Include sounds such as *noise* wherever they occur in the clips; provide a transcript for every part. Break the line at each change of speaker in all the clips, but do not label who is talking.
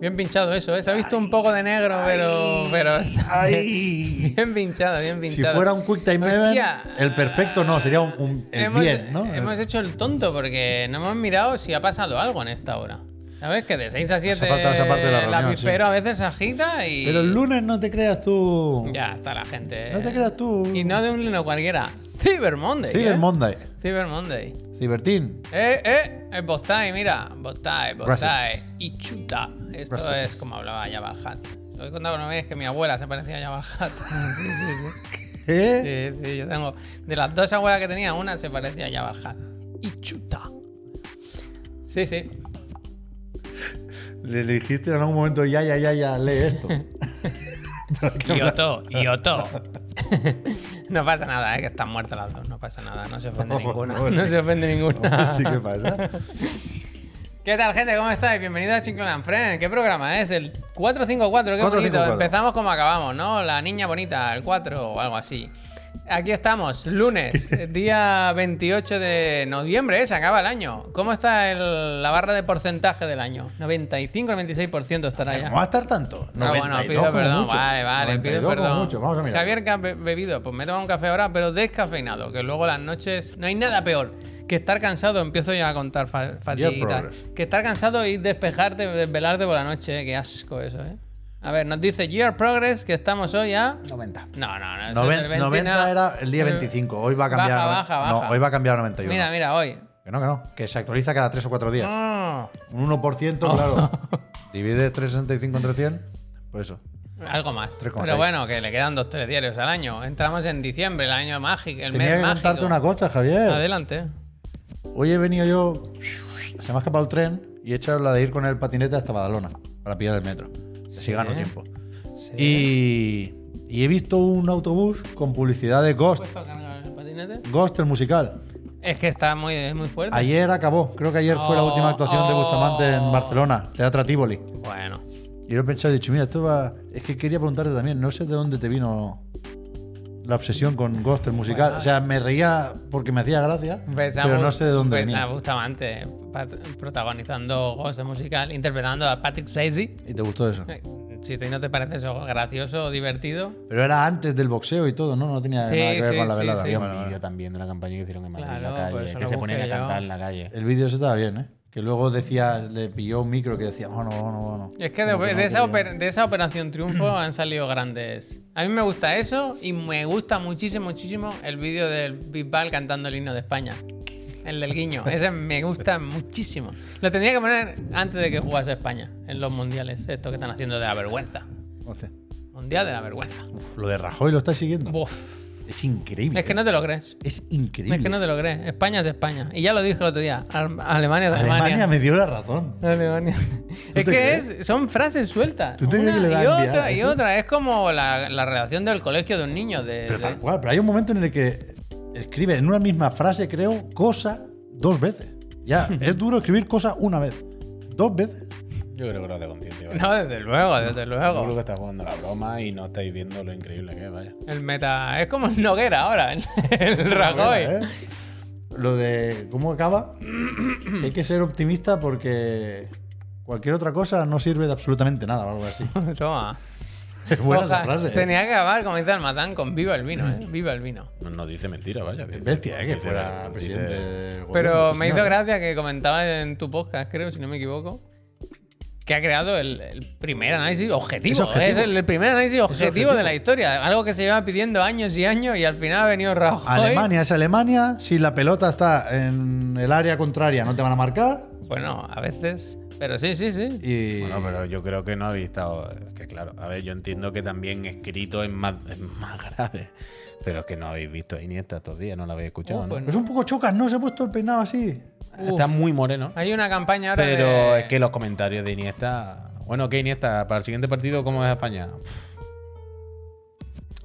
Bien pinchado eso, ¿eh? Se ha visto un poco de negro, pero. pero *laughs* está
Ay.
Bien pinchado, bien
*laughs* Si
pinchado.
fuera un Quick Time Event,
Hostia.
el perfecto no, sería un, un- el
hemos,
bien, ¿no?
hemos hecho el tonto porque no hemos mirado si ha pasado algo en esta hora. ¿Sabes? Que de 6 a 7
faltado esa parte de la reunión,
avispero a veces agita y.
Pero el lunes no te creas tú.
Ya está la gente. eh.
No te creas tú.
Y no de un lino cualquiera. Cyber Monday.
Cyber
¿eh?
Monday.
Cyber Monday.
Cibertín.
Eh, eh, es Bostai, mira. Bostai, Bostai.
Gracias.
Y chuta. Esto
Gracias.
es como hablaba Jabal Hat. Lo he contado una vez que mi abuela se parecía a Jabal Hat. Sí, sí, sí.
¿Eh?
Sí, sí, yo tengo. De las dos abuelas que tenía, una se parecía a Jabal Hat. Y chuta. Sí, sí.
Le dijiste en algún momento, ya, ya, ya, ya,
*laughs*
lee esto. *laughs*
Yoto, Yoto. *laughs* no pasa nada, eh, que están muertas las dos. No pasa nada, no se ofende
No,
ninguna. *laughs*
no,
No se ofende ninguna.
Sí, ¿qué pasa?
¿Qué tal, gente? ¿Cómo estáis? Bienvenidos a Chinclon and Friends. ¿Qué programa es? El 454, qué
454.
bonito. Empezamos como acabamos, ¿no? La niña bonita, el 4 o algo así. Aquí estamos, lunes, día 28 de noviembre, ¿eh? se acaba el año. ¿Cómo está el- la barra de porcentaje del año? 95 96% estará ya.
No va a estar tanto.
Ah,
92
bueno,
como
pido perdón.
mucho.
Vale, vale, pido
92 como
perdón.
mucho. Vamos a mirar.
Javier, ¿qué has be- bebido? Pues me he tomado un café ahora, pero descafeinado, que luego las noches no hay nada peor que estar cansado. Empiezo ya a contar fa- fatiguitas.
progress.
Que estar cansado y despejarte, desvelarte por la noche, eh, qué asco eso, ¿eh? A ver, nos dice Year Progress que estamos hoy a.
90.
No, no, no. eso es el
90,
20 nada.
era el día 25. Hoy va a cambiar. a
Baja, baja, baja.
No, hoy va a cambiar a 91.
Mira, mira, hoy.
Que no, que no. Que se actualiza cada 3 o 4 días.
Mm,
Un 1%, claro. Divide 365 entre 100. Por eso.
algo más.
3,6.
Pero bueno, que le quedan dos, tres diarios al año. Entramos en diciembre, el año mágico, el
Tenía
mes
que
mágico.
contarte una cosa, Javier.
Adelante.
Hoy he venido yo. Se me ha escapado el tren y he echado la de ir con el patinete hasta Badalona para pillar el metro. Así gano tiempo.
Sí.
Y, y he visto un autobús con publicidad de Ghost.
puesto a Pues cargar el patinete?
Ghost, el musical.
Es que está muy, es muy fuerte.
Ayer acabó. Creo que ayer fue la
Oh,
última actuación de
oh.
Bustamante en Barcelona, Teatro Tivoli.
Bueno.
Y lo he pensado y he dicho, mira, esto va. Es que quería preguntarte también, no sé de dónde te vino la obsesión con Ghost, el musical. O
eh.
sea, me reía porque me hacía gracia,
Ves a
pero
Gus-
no sé de dónde
ves a
venía.
Bustamante pat- protagonizando Ghost de musical, interpretando a Patrick Swayze.
Y te gustó eso.
Eh, Si te- no te parece eso gracioso o divertido.
Pero era antes del boxeo y todo, ¿no? No tenía
Sí,
nada que ver
sí,
con la
sí,
velada.
sí.
Había
Bueno,
un vídeo
bueno.
también de una campaña que hicieron en Madrid en
Claro,
la
por
calle,
eso
que
lo
se ponían a
busqué yo.
cantar en la calle.
El vídeo ese estaba bien, ¿eh? Que luego decía, le pilló un micro que decía, oh, no, no, no.
Es que de, de esa, oper- de esa operación triunfo han salido grandes. A mí me gusta eso y me gusta muchísimo, muchísimo el vídeo del Bisbal cantando el himno de España. El del guiño. Ese me gusta muchísimo. Lo tendría que poner antes de que jugase España en los mundiales. Esto que están haciendo de la vergüenza.
Hostia.
Mundial de la vergüenza.
Uf, lo de Rajoy lo estás siguiendo.
Buf.
Es increíble.
Es que no te lo crees.
Es increíble.
Es que no te lo crees. España es España. Y ya lo dije el otro día. Al- Alemania es
Alemania.
Alemania.
me dio la razón.
Alemania. Es
te
que
crees?
es, son frases sueltas.
¿Tú te crees
Una
que le va a
y
enviar
otra y
eso?
otra. Es como la, la redacción del colegio de un niño. De,
Pero
de-
tal cual. Pero hay un momento en el que escribe en una misma frase, creo, cosa dos veces.
*laughs*
Ya, es duro escribir cosa una vez. Dos veces.
Yo creo que lo de conciencia. vaya.
No, desde luego, desde
Yo creo
luego.
que está jugando la broma y no estáis viendo lo increíble que es, vaya.
El meta. Es como el Noguera ahora. El, el Rajoy.
¿Eh? Lo de cómo acaba, que hay que ser optimista porque cualquier otra cosa no sirve de absolutamente nada o algo así. *laughs*
Toma.
Es buena esa
Ojalá-
frase. ¿eh?
Tenía que acabar, como dice el Matán, con viva el vino, ¿eh? Viva el vino.
No, no dice mentira, vaya.
Es bestia, ¿eh? Que
Dice-
fuera
dice-
presidente. del gobierno,
Pero
este
me hizo
señor.
gracia que comentaba en tu podcast, creo, si no me equivoco, que ha creado el, el primer análisis objetivo.
Es
Es,
objetivo.
el, el primer análisis objetivo,
objetivo.
de la historia. Algo que se lleva pidiendo años y años y al final ha venido Rajoy.
Alemania es Alemania. Si la pelota está en el área contraria, no te van a marcar.
Bueno, a veces. Pero sí, sí, sí.
Y
Bueno, pero yo creo que no habéis estado. Es que claro, a ver, yo entiendo que también escrito es más, es más *laughs* grave. Pero es que no habéis visto a Iniesta estos días, no la habéis escuchado.
Uh,
¿no?
pues
es un poco chocas, ¿no? Se ha puesto el peinado así.
Está muy moreno.
Hay una campaña ahora
Pero
de-
es que los comentarios de Iniesta. Bueno, ¿qué Iniesta? ¿Para el siguiente partido cómo es España? Uf.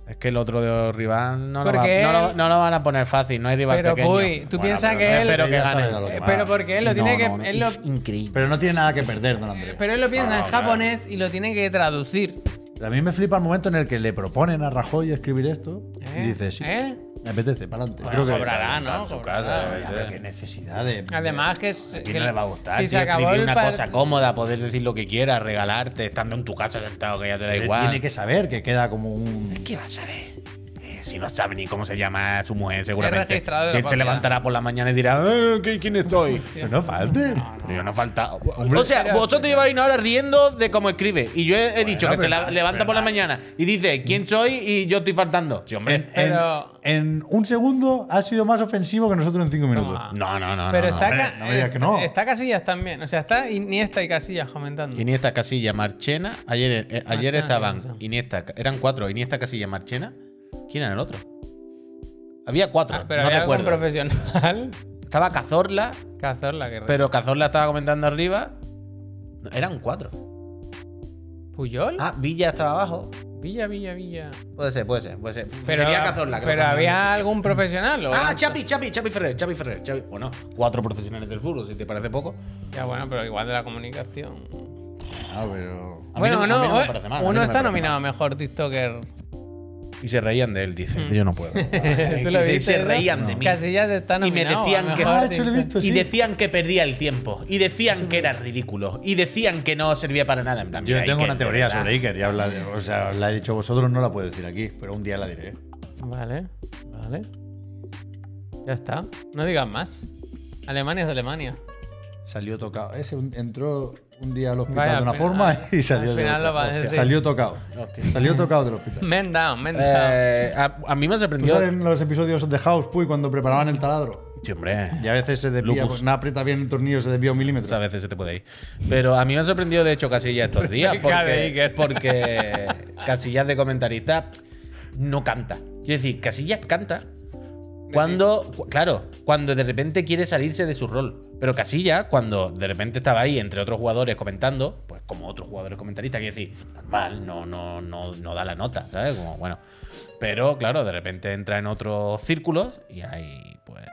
Es que el otro de rival no lo, va-
Porque
no lo-
él-
no lo van a poner fácil, no hay rival
Pero,
pequeño.
Puy, tú piensas
pero
que
no
él-
espero que
Ya
gane.
saben a lo que
Eh,
va.
Pero porque él lo tiene que- él lo-
es increíble.
Pero no tiene nada que perder, don Andrés.
Pero él lo piensa
Ah,
en
claro.
japonés y lo tiene que traducir.
A mí me flipa el momento en el que le proponen a Rajoy escribir esto
¿Eh?
y dice, sí,
¿Eh?
me apetece, para adelante.
Bueno,
Creo que...
cobrará, ¿no?
En su
Cobrará.
casa,
Ya,
yo qué
pero
sé.
qué necesidad de...
Además que... es-
¿A quién
que-
no le va a gustar?
Si se
tío?
acabó
Escribir
el
una
par-
cosa cómoda, poder decir lo que quieras, regalarte, estando en tu casa sentado, que ya te da
Él
igual.
Tiene que saber que queda como un...
¿Qué va a saber? Eh, Si no sabe ni cómo se llama su mujer, seguramente.
registrado de
Si
la
él se
propiedad.
levantará por la mañana y dirá, "Eh, ¿qué- ¿quién soy?
Pero no falte.
Yo no falta. o sea, vosotros lleváis una hora ardiendo de cómo escribe. Y yo he, he dicho que se la- levanta por la mañana y dice quién soy y yo estoy faltando. Eh, Sí,
En,
hombre.
Pero-
en- en un segundo ha sido más ofensivo que nosotros en cinco minutos.
Toma.
No, no, no.
Pero
no,
está,
no.
hombre,
ca-
no me digas que no.
está Casillas también. O sea, está Iniesta y Casillas comentando.
Iniesta, Casilla, Marchena. Ayer, eh, ayer
Marchena,
estaban
sí, sí.
Iniesta, eran cuatro. Iniesta, Casilla, Marchena. ¿Quién era el otro? Había cuatro.
Ah, pero
no
había algún
recuerdo.
profesional. *laughs*
Estaba Cazorla,
Cazorla que
pero Cazorla estaba comentando arriba. No, Eran cuatro.
Puyol.
Ah, Villa estaba abajo.
Villa, Villa, Villa.
Puede ser, puede ser, puede ser.
Pero,
Sería Cazorla. que lo
pero
cambiaron de sitio.
había algún profesional. ¿o?
Ah, Chapi, Chapi, Chapi Ferrer, Chapi Ferrer, Chapi. Bueno, cuatro profesionales del fútbol, si te parece poco.
Ya bueno, pero igual de la comunicación.
Ah, pero...
A mí
bueno,
no-
no,
a mí no me
eh,
parece mal, Este a mí no
uno
me
está
parece
nominado a mejor TikToker.
Y se reían de él, dice. Yo no puedo.
Mm. *laughs* Tú Este lo
y
viste,
se
¿no?
reían de mí.
Casillas está
Y me
nominado. a
decían que-
mejor
Ah, eso lo he
TikTok.
visto, sí.
Y decían que perdía el tiempo. Y decían que era ridículo. Y decían que no servía para nada. En plan,
Yo
mira,
tengo
Iker,
una
de
teoría
verdad.
sobre Iker, ya la, o sea, os la he dicho a vosotros, no la puedo decir aquí, pero un día la diré.
Vale, vale. Ya está. No digas más. Alemania es de Alemania.
Salió tocado. Ese un- entró un día al hospital
Vaya,
de una
al
forma
final-
y
al
salió de
final
otra.
lo va a
Hostia,
decir.
Salió tocado.
Hostia.
Salió tocado del
*laughs*
hospital.
Men down, men down.
Eh, a, a mí me ha
¿Tú
sorprendido.
sabes en los episodios de House Puy cuando preparaban el taladro?
Sí, hombre.
Y a veces se desvía,
Lupus.
pues, no aprieta bien el tornillo, se desvía un milímetro.
A veces se te puede ir. Pero a mí me ha sorprendido, de hecho, Casillas estos días.
Venga, de
Porque,
Iker.
porque Casillas de comentarista no canta. Quiero decir, Casillas canta cuando, cu- claro, cuando de repente quiere salirse de su rol. Pero Casillas, cuando de repente estaba ahí entre otros jugadores comentando, pues como otros jugadores comentaristas, quiero decir, normal, no, no, no, no da la nota, ¿sabes? Como, bueno. Pero claro, de repente entra en otros círculos y ahí, pues.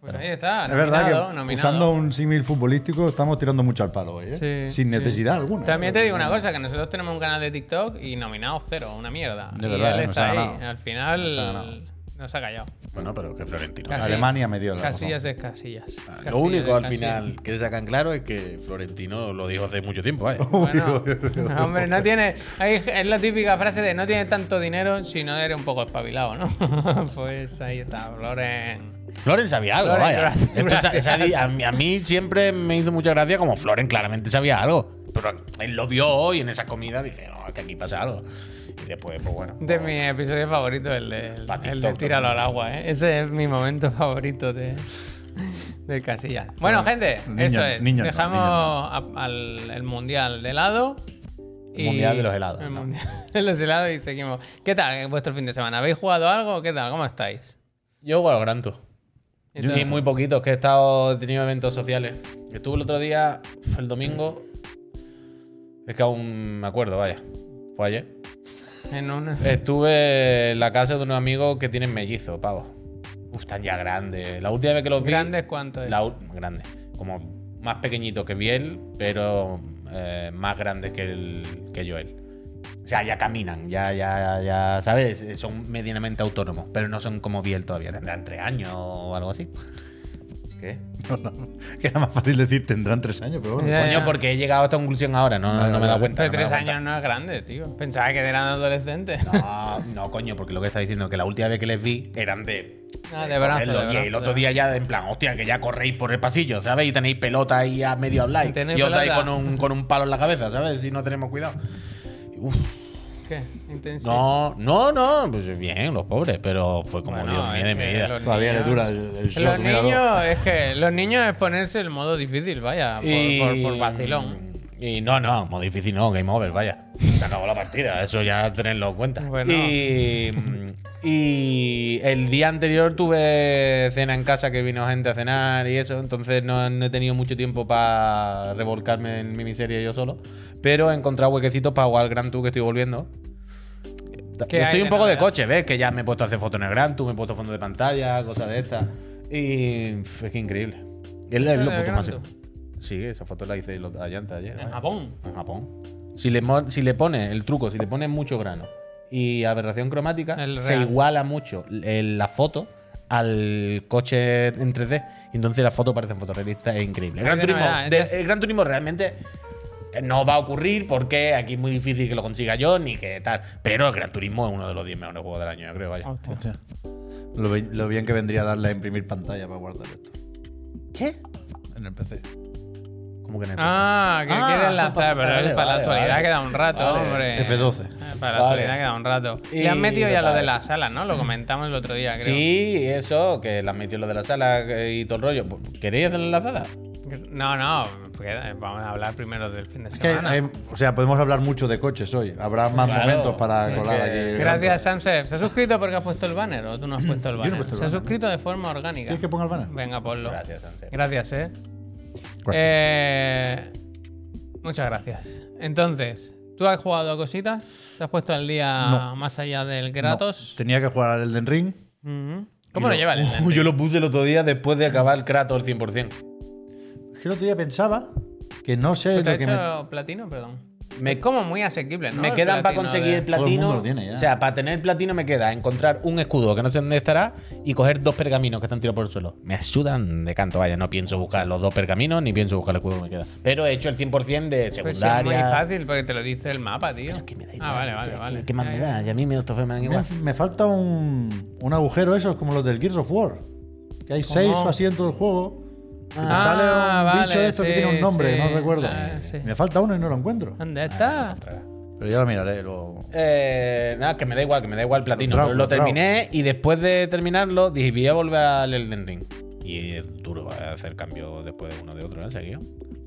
Pues ahí está.
es verdad que
nominado, nominado.
usando un símil futbolístico estamos tirando mucho al palo, hoy, ¿eh?
Sí,
Sin
sí.
necesidad alguna.
También te digo una cosa, que nosotros tenemos un canal de TikTok y nominados cero, una mierda.
De
Y
verdad,
él
eh, nos
está
ha
ahí.
ganado.
Al final
Nos ha
nos
ganado.
ha, callado.
Bueno, pero que Florentino.
Casi.
Alemania me dio la razón.
Casillas es casillas.
Ah,
Casillas
Ah, Lo único
es
al
Casillas.
final que sacan claro es que Florentino lo dijo hace
*laughs*
mucho tiempo, eh. vaya.
*laughs*
Bueno, hombre, no tiene. ahí es la típica frase de no tienes tanto dinero si no eres un poco espabilado, ¿no? *laughs* pues ahí está, Floren.
Floren sabía algo,
Floren,
vaya.
gracias,
Esto es- es a-
gracias.
a, mí, a mí siempre me hizo mucha gracia como Floren claramente sabía algo. Pero él lo vio hoy en esa comida, dice, no, es que aquí pasa algo. Y después, pues bueno.
De mi episodio favorito, el de, el,
Pa'
de
TikTok,
Tíralo
¿no?
al agua, ¿eh? Ese es mi momento favorito de, de Casillas. Bueno, gente,
niño-
eso es.
niño no,
Dejamos
niño
a- al el mundial de helado.
El mundial de los helados,
El
¿no?
mundial *laughs* de los helados y seguimos. ¿Qué tal vuestro fin de semana? ¿Habéis jugado algo? ¿Qué tal? ¿Cómo estáis?
Yo juego a los Gran Tour.
Entonces-
Y muy poquitos, que he estado he tenido eventos sociales. Estuve el otro día, fue el domingo. Es que aún me acuerdo, vaya. Fue ayer.
En una...
Eh, Estuve en la casa de unos amigos que tienen mellizo, pavo. Uf, están ya grandes. La última vez que los vi.
¿Grandes cuánto es?
la u- grandes. Como más pequeñitos que Biel, pero eh, más grandes que, el, que Joel. O sea, ya caminan, ya, ya, ya, ¿sabes? Son medianamente autónomos, pero no son como Biel todavía. Tendrán tres años o algo así. ¿Qué?
*laughs* No, no, que era más fácil decir tendrán tres años, pero bueno.
Ya,
Coño,
ya.
porque he llegado a esta conclusión ahora, no, no,
Vale,
no me
vale,
he dado
vale.
cuenta.
Pero
no me he
tres
dado cuenta.
años no es grande, tío. Pensaba que eran adolescentes.
No, no, coño, porque lo que está diciendo es que la última vez que les vi eran de.
Ah, de brazo,
correrlo,
de brazo,
y el
de
otro día ya, en plan, hostia, que ya corréis por el pasillo, ¿sabes? Y tenéis pelota ahí a medio hablar.
Tenéis
Y os dais con
pelota.
un, con un palo en la cabeza, ¿sabes? Si no tenemos cuidado. Uf,
¿Qué? Intenso.
no, no, no. Pues bien, los pobres, pero fue como
Bueno,
Dios
es
mío de
que
mi vida.
los
Todavía le
niños-
dura el, el shock,
Los
míralo.
niños, es que los niños es ponerse el modo difícil, vaya, por, por, por vacilón.
Y no, no, modo difícil no, game over, vaya. Se acabó la partida, eso ya tenedlo en cuenta.
Bueno.
Y, y el día anterior tuve cena en casa que vino gente a cenar y eso, entonces no, no he tenido mucho tiempo para revolcarme en mi miseria yo solo. Pero he encontrado huequecitos para jugar al Gran Tour que estoy volviendo.
¿Qué hay
Estoy
de
un poco de
novedad?
coche, ¿ves? Que ya me he puesto a hacer fotos en el Gran Tour, me he puesto fondo de pantalla, cosas de estas. Y pf, es que increíble. Es lo- es lo
Pero
puto
el
máximo.
Gran
Sí, esa foto la hice los Giants ayer.
En Japón.
En Japón. Si le, mo- si le pones el truco, si le pones mucho grano y aberración cromática,
El
se
real.
iguala mucho el- la foto al coche en 3D. Y entonces la foto parece fotorrealista, es increíble. El
Es
Gran,
de
Turismo,
novedad,
de-
es-
el Gran Turismo realmente eh, no va a ocurrir porque aquí es muy difícil que lo consiga yo ni que tal. Pero el Gran Turismo es uno de los 10 mejores juegos del año, yo creo. Vaya.
Hostia.
Hostia. Lo, bi- lo bien que vendría a darle a imprimir pantalla para guardar esto
¿Qué?
en el PC.
¿Cómo que no?
Ah, que
Ah,
quieres lanzar, pero
vale,
es para la
vale,
actualidad
vale.
queda un rato,
Vale,
hombre.
F12.
Eh, Para la
Vale.
actualidad queda un rato.
Y
Y, han metido ya lo
total.
de la sala, ¿no? Lo comentamos el otro día, creo.
Sí, eso, que las metió lo de la sala eh, y todo el rollo. ¿Queréis hacer la enlazada?
No, no, porque eh, vamos a hablar primero del fin de
Es que
semana.
hay- o sea, podemos hablar mucho de coches hoy. Habrá más
Claro.
momentos para
Sí,
colar
que-
aquí.
Gracias, Samsef. ¿Se ha suscrito porque has puesto el banner o tú no has puesto el
Yo no he
banner?
puesto el
Se ha
banner.
suscrito de forma orgánica.
¿Quieres que ponga el banner? Pues
Venga, ponlo.
Gracias, Sánchez.
Gracias, eh.
Pues
Gracias.
Eh, Muchas gracias. Entonces, ¿tú has jugado a cositas? ¿Te has puesto al día más allá del
No,
Kratos?
tenía que jugar al Elden Ring.
Ujú. ¿Cómo lo lleva el
*laughs*
Elden
Uy,
Ring?
yo lo puse el otro día después de acabar el Kratos al 100%.
Es que el otro día pensaba que no sé
¿Tú Pues te
lo
has
que me.
hecho platino? Perdón.
Me-
es como muy asequible, ¿no?
me
El
quedan para
platino
conseguir el
de- Pues
Todo el mundo
platino.
lo tiene ya.
O sea, para tener el platino me queda encontrar un escudo que no sé dónde estará y coger dos pergaminos que están tirados por el suelo. Me ayudan de canto, vaya. No pienso buscar los dos pergaminos ni pienso buscar el escudo que me queda. Pero he hecho el 100% de
Pues sí, es muy
secundaria.
fácil porque te lo dice el mapa, tío.
¿Qué me da igual,
Ah, vale,
o
vale,
sea,
vale.
¿Qué más
Ya,
me
ya.
da? Y a mí me, estos me dan igual.
Me, me falta un, un agujero, esos como los del Gears of War. Que hay seis o así en todo el juego. Y te
Ah,
sale un
vale,
bicho de estos
sí,
que tiene un nombre,
sí.
no recuerdo.
Ah, sí.
Me falta uno y no lo encuentro.
¿Dónde está?
Pero ya lo miraré. Lo...
Eh, nada, que me da igual, que me da igual el platino.
Lo trago,
pero lo
lo trago.
terminé y después de terminarlo dije, voy a volver al Elden Ring. Y es duro hacer cambio después de uno de otro, ¿eh? Seguido.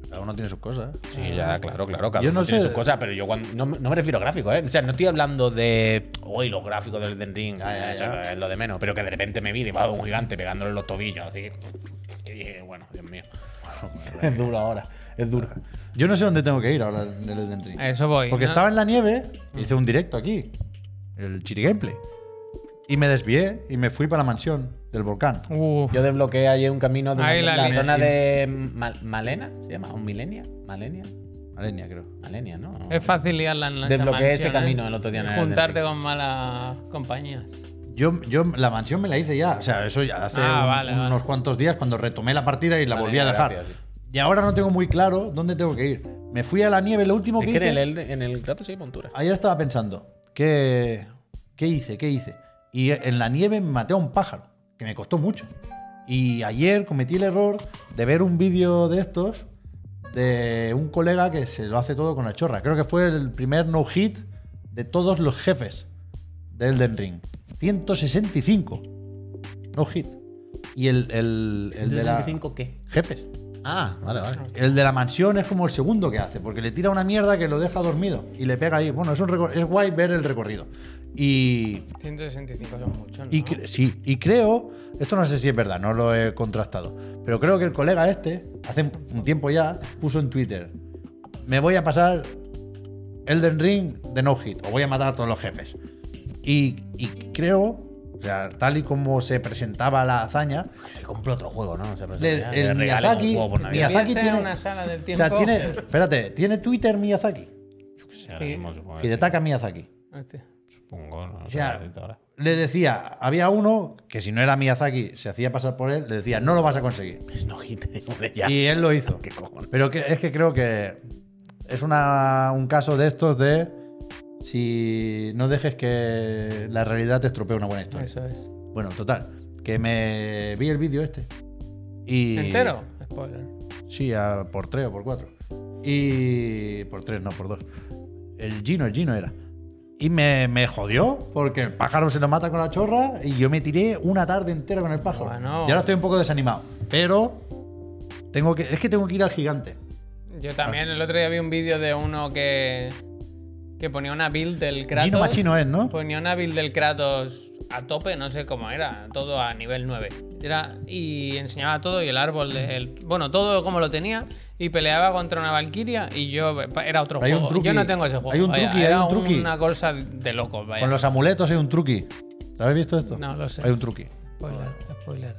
Cada uno tiene sus cosas.
Sí, ya, claro, claro. Cada
Yo
uno
no
tiene
sé-
sus cosas, pero yo cuando, no, me- no me refiero a gráficos, ¿eh? O sea, no estoy hablando de. Hoy los gráficos del Elden Ring, ah,
Ya,
eso
ya.
es lo de menos. Pero que de repente me vi debajo de un gigante pegándole los tobillos, así. Y dije, bueno, Dios mío. *laughs* es duro ahora, es duro.
Yo no sé dónde tengo que ir ahora en el Elden Ring.
A eso voy.
Porque
¿no? Mm.
estaba en la nieve, hice un directo aquí, el Chiri Gameplay. Y me desvié y me fui para la mansión del volcán.
Uf.
Yo desbloqueé ayer un camino de
Ahí
la,
la li-
zona de Mal- Malena, ¿se llama? ¿O Milenia? ¿Malenia?
Uh.
Alenia, creo.
Malenia, ¿no?
Es fácil liarla en la
Desbloqueé ese
mansión, ¿eh?
camino el otro día en el
Juntarte
Elden
con malas compañías.
Yo, yo la mansión me la hice ya. O sea, eso ya hace
Ah,
un-
vale, vale.
unos cuantos días cuando retomé la partida y la
Vale,
volví a dejar.
gracias,
Y ahora no tengo muy claro dónde tengo que ir. Me fui a la nieve, lo último que,
Es que
hice.
en el, Elden- en el Kratos hay montura.
Ayer estaba pensando, ¿qué, ¿qué hice? ¿Qué hice? Y en la nieve me maté a un pájaro, que me costó mucho. Y ayer cometí el error de ver un vídeo de estos de un colega que se lo hace todo con la chorra. Creo que fue el primer no-hit de todos los jefes de Elden Ring. 165 no-hit. Y el, el, el de la...
165 qué?
Jefes.
Ah, vale, vale.
El de la mansión es como el segundo que hace, porque le tira una mierda que lo deja dormido y le pega ahí. Bueno, es, un recor- es guay ver el recorrido. Y,
165 son muchos.
y cre- sí, y creo, esto no sé si es verdad, no lo he contrastado, pero creo que el colega este, hace un tiempo ya, puso en Twitter, me voy a pasar Elden Ring de no hit, o voy a matar a todos los jefes. Y, y creo, o sea, tal y como se presentaba la hazaña,
Se compró otro juego, ¿no? Se
Le-
ya,
el
regalan un
Miyazaki-
juego por Navidad.
Miyazaki
Piensa en
tiene-
una sala del
o
tiempo.
sea, tiene, espérate, tiene Twitter Miyazaki,
Yo qué sé, ahora
Sí.
mismo supongo
que
que
te ataca Miyazaki.
Hostia.
sí, Supongo, no
O
sé,
sea,
ahora.
le decía, había uno que si no era Miyazaki se hacía pasar por él, le decía, no lo vas a conseguir.
Es no hit, *laughs* hombre, ya.
Y él lo hizo.
¿Qué cojones?
Pero que- es que creo que es una- un caso de estos de si no dejes que la realidad te estropee una buena historia.
Eso es.
Bueno, total, que me vi el vídeo este. Y,
¿Entero? Spoiler.
Sí, a- por tres o por cuatro. Y. Por tres, no, por dos. El Gino, el Gino era. Y me, me jodió porque el pájaro se lo mata con la chorra y yo me tiré una tarde entera con el pájaro.
Bueno.
Y ahora estoy un poco desanimado. Pero. Tengo que, es que tengo que ir al gigante.
Yo también el otro día vi un vídeo de uno que, que ponía una build del Kratos. Pues,
Gino Machino es, ¿no?
Ponía una build del Kratos a tope, no sé cómo era, todo a nivel 9. Era, y enseñaba todo y el árbol, de- el- bueno, todo como lo tenía. Y peleaba contra una Valkyria y yo era otro
Hay un
juego.
truqui-
yo no tengo ese juego.
hay un
vaya,
truqui, hay
era
un truqui.
una cosa de locos, vaya.
Con los amuletos hay un truqui. ¿Habéis visto esto?
No lo sé.
Hay un truqui.
Spoiler, spoiler.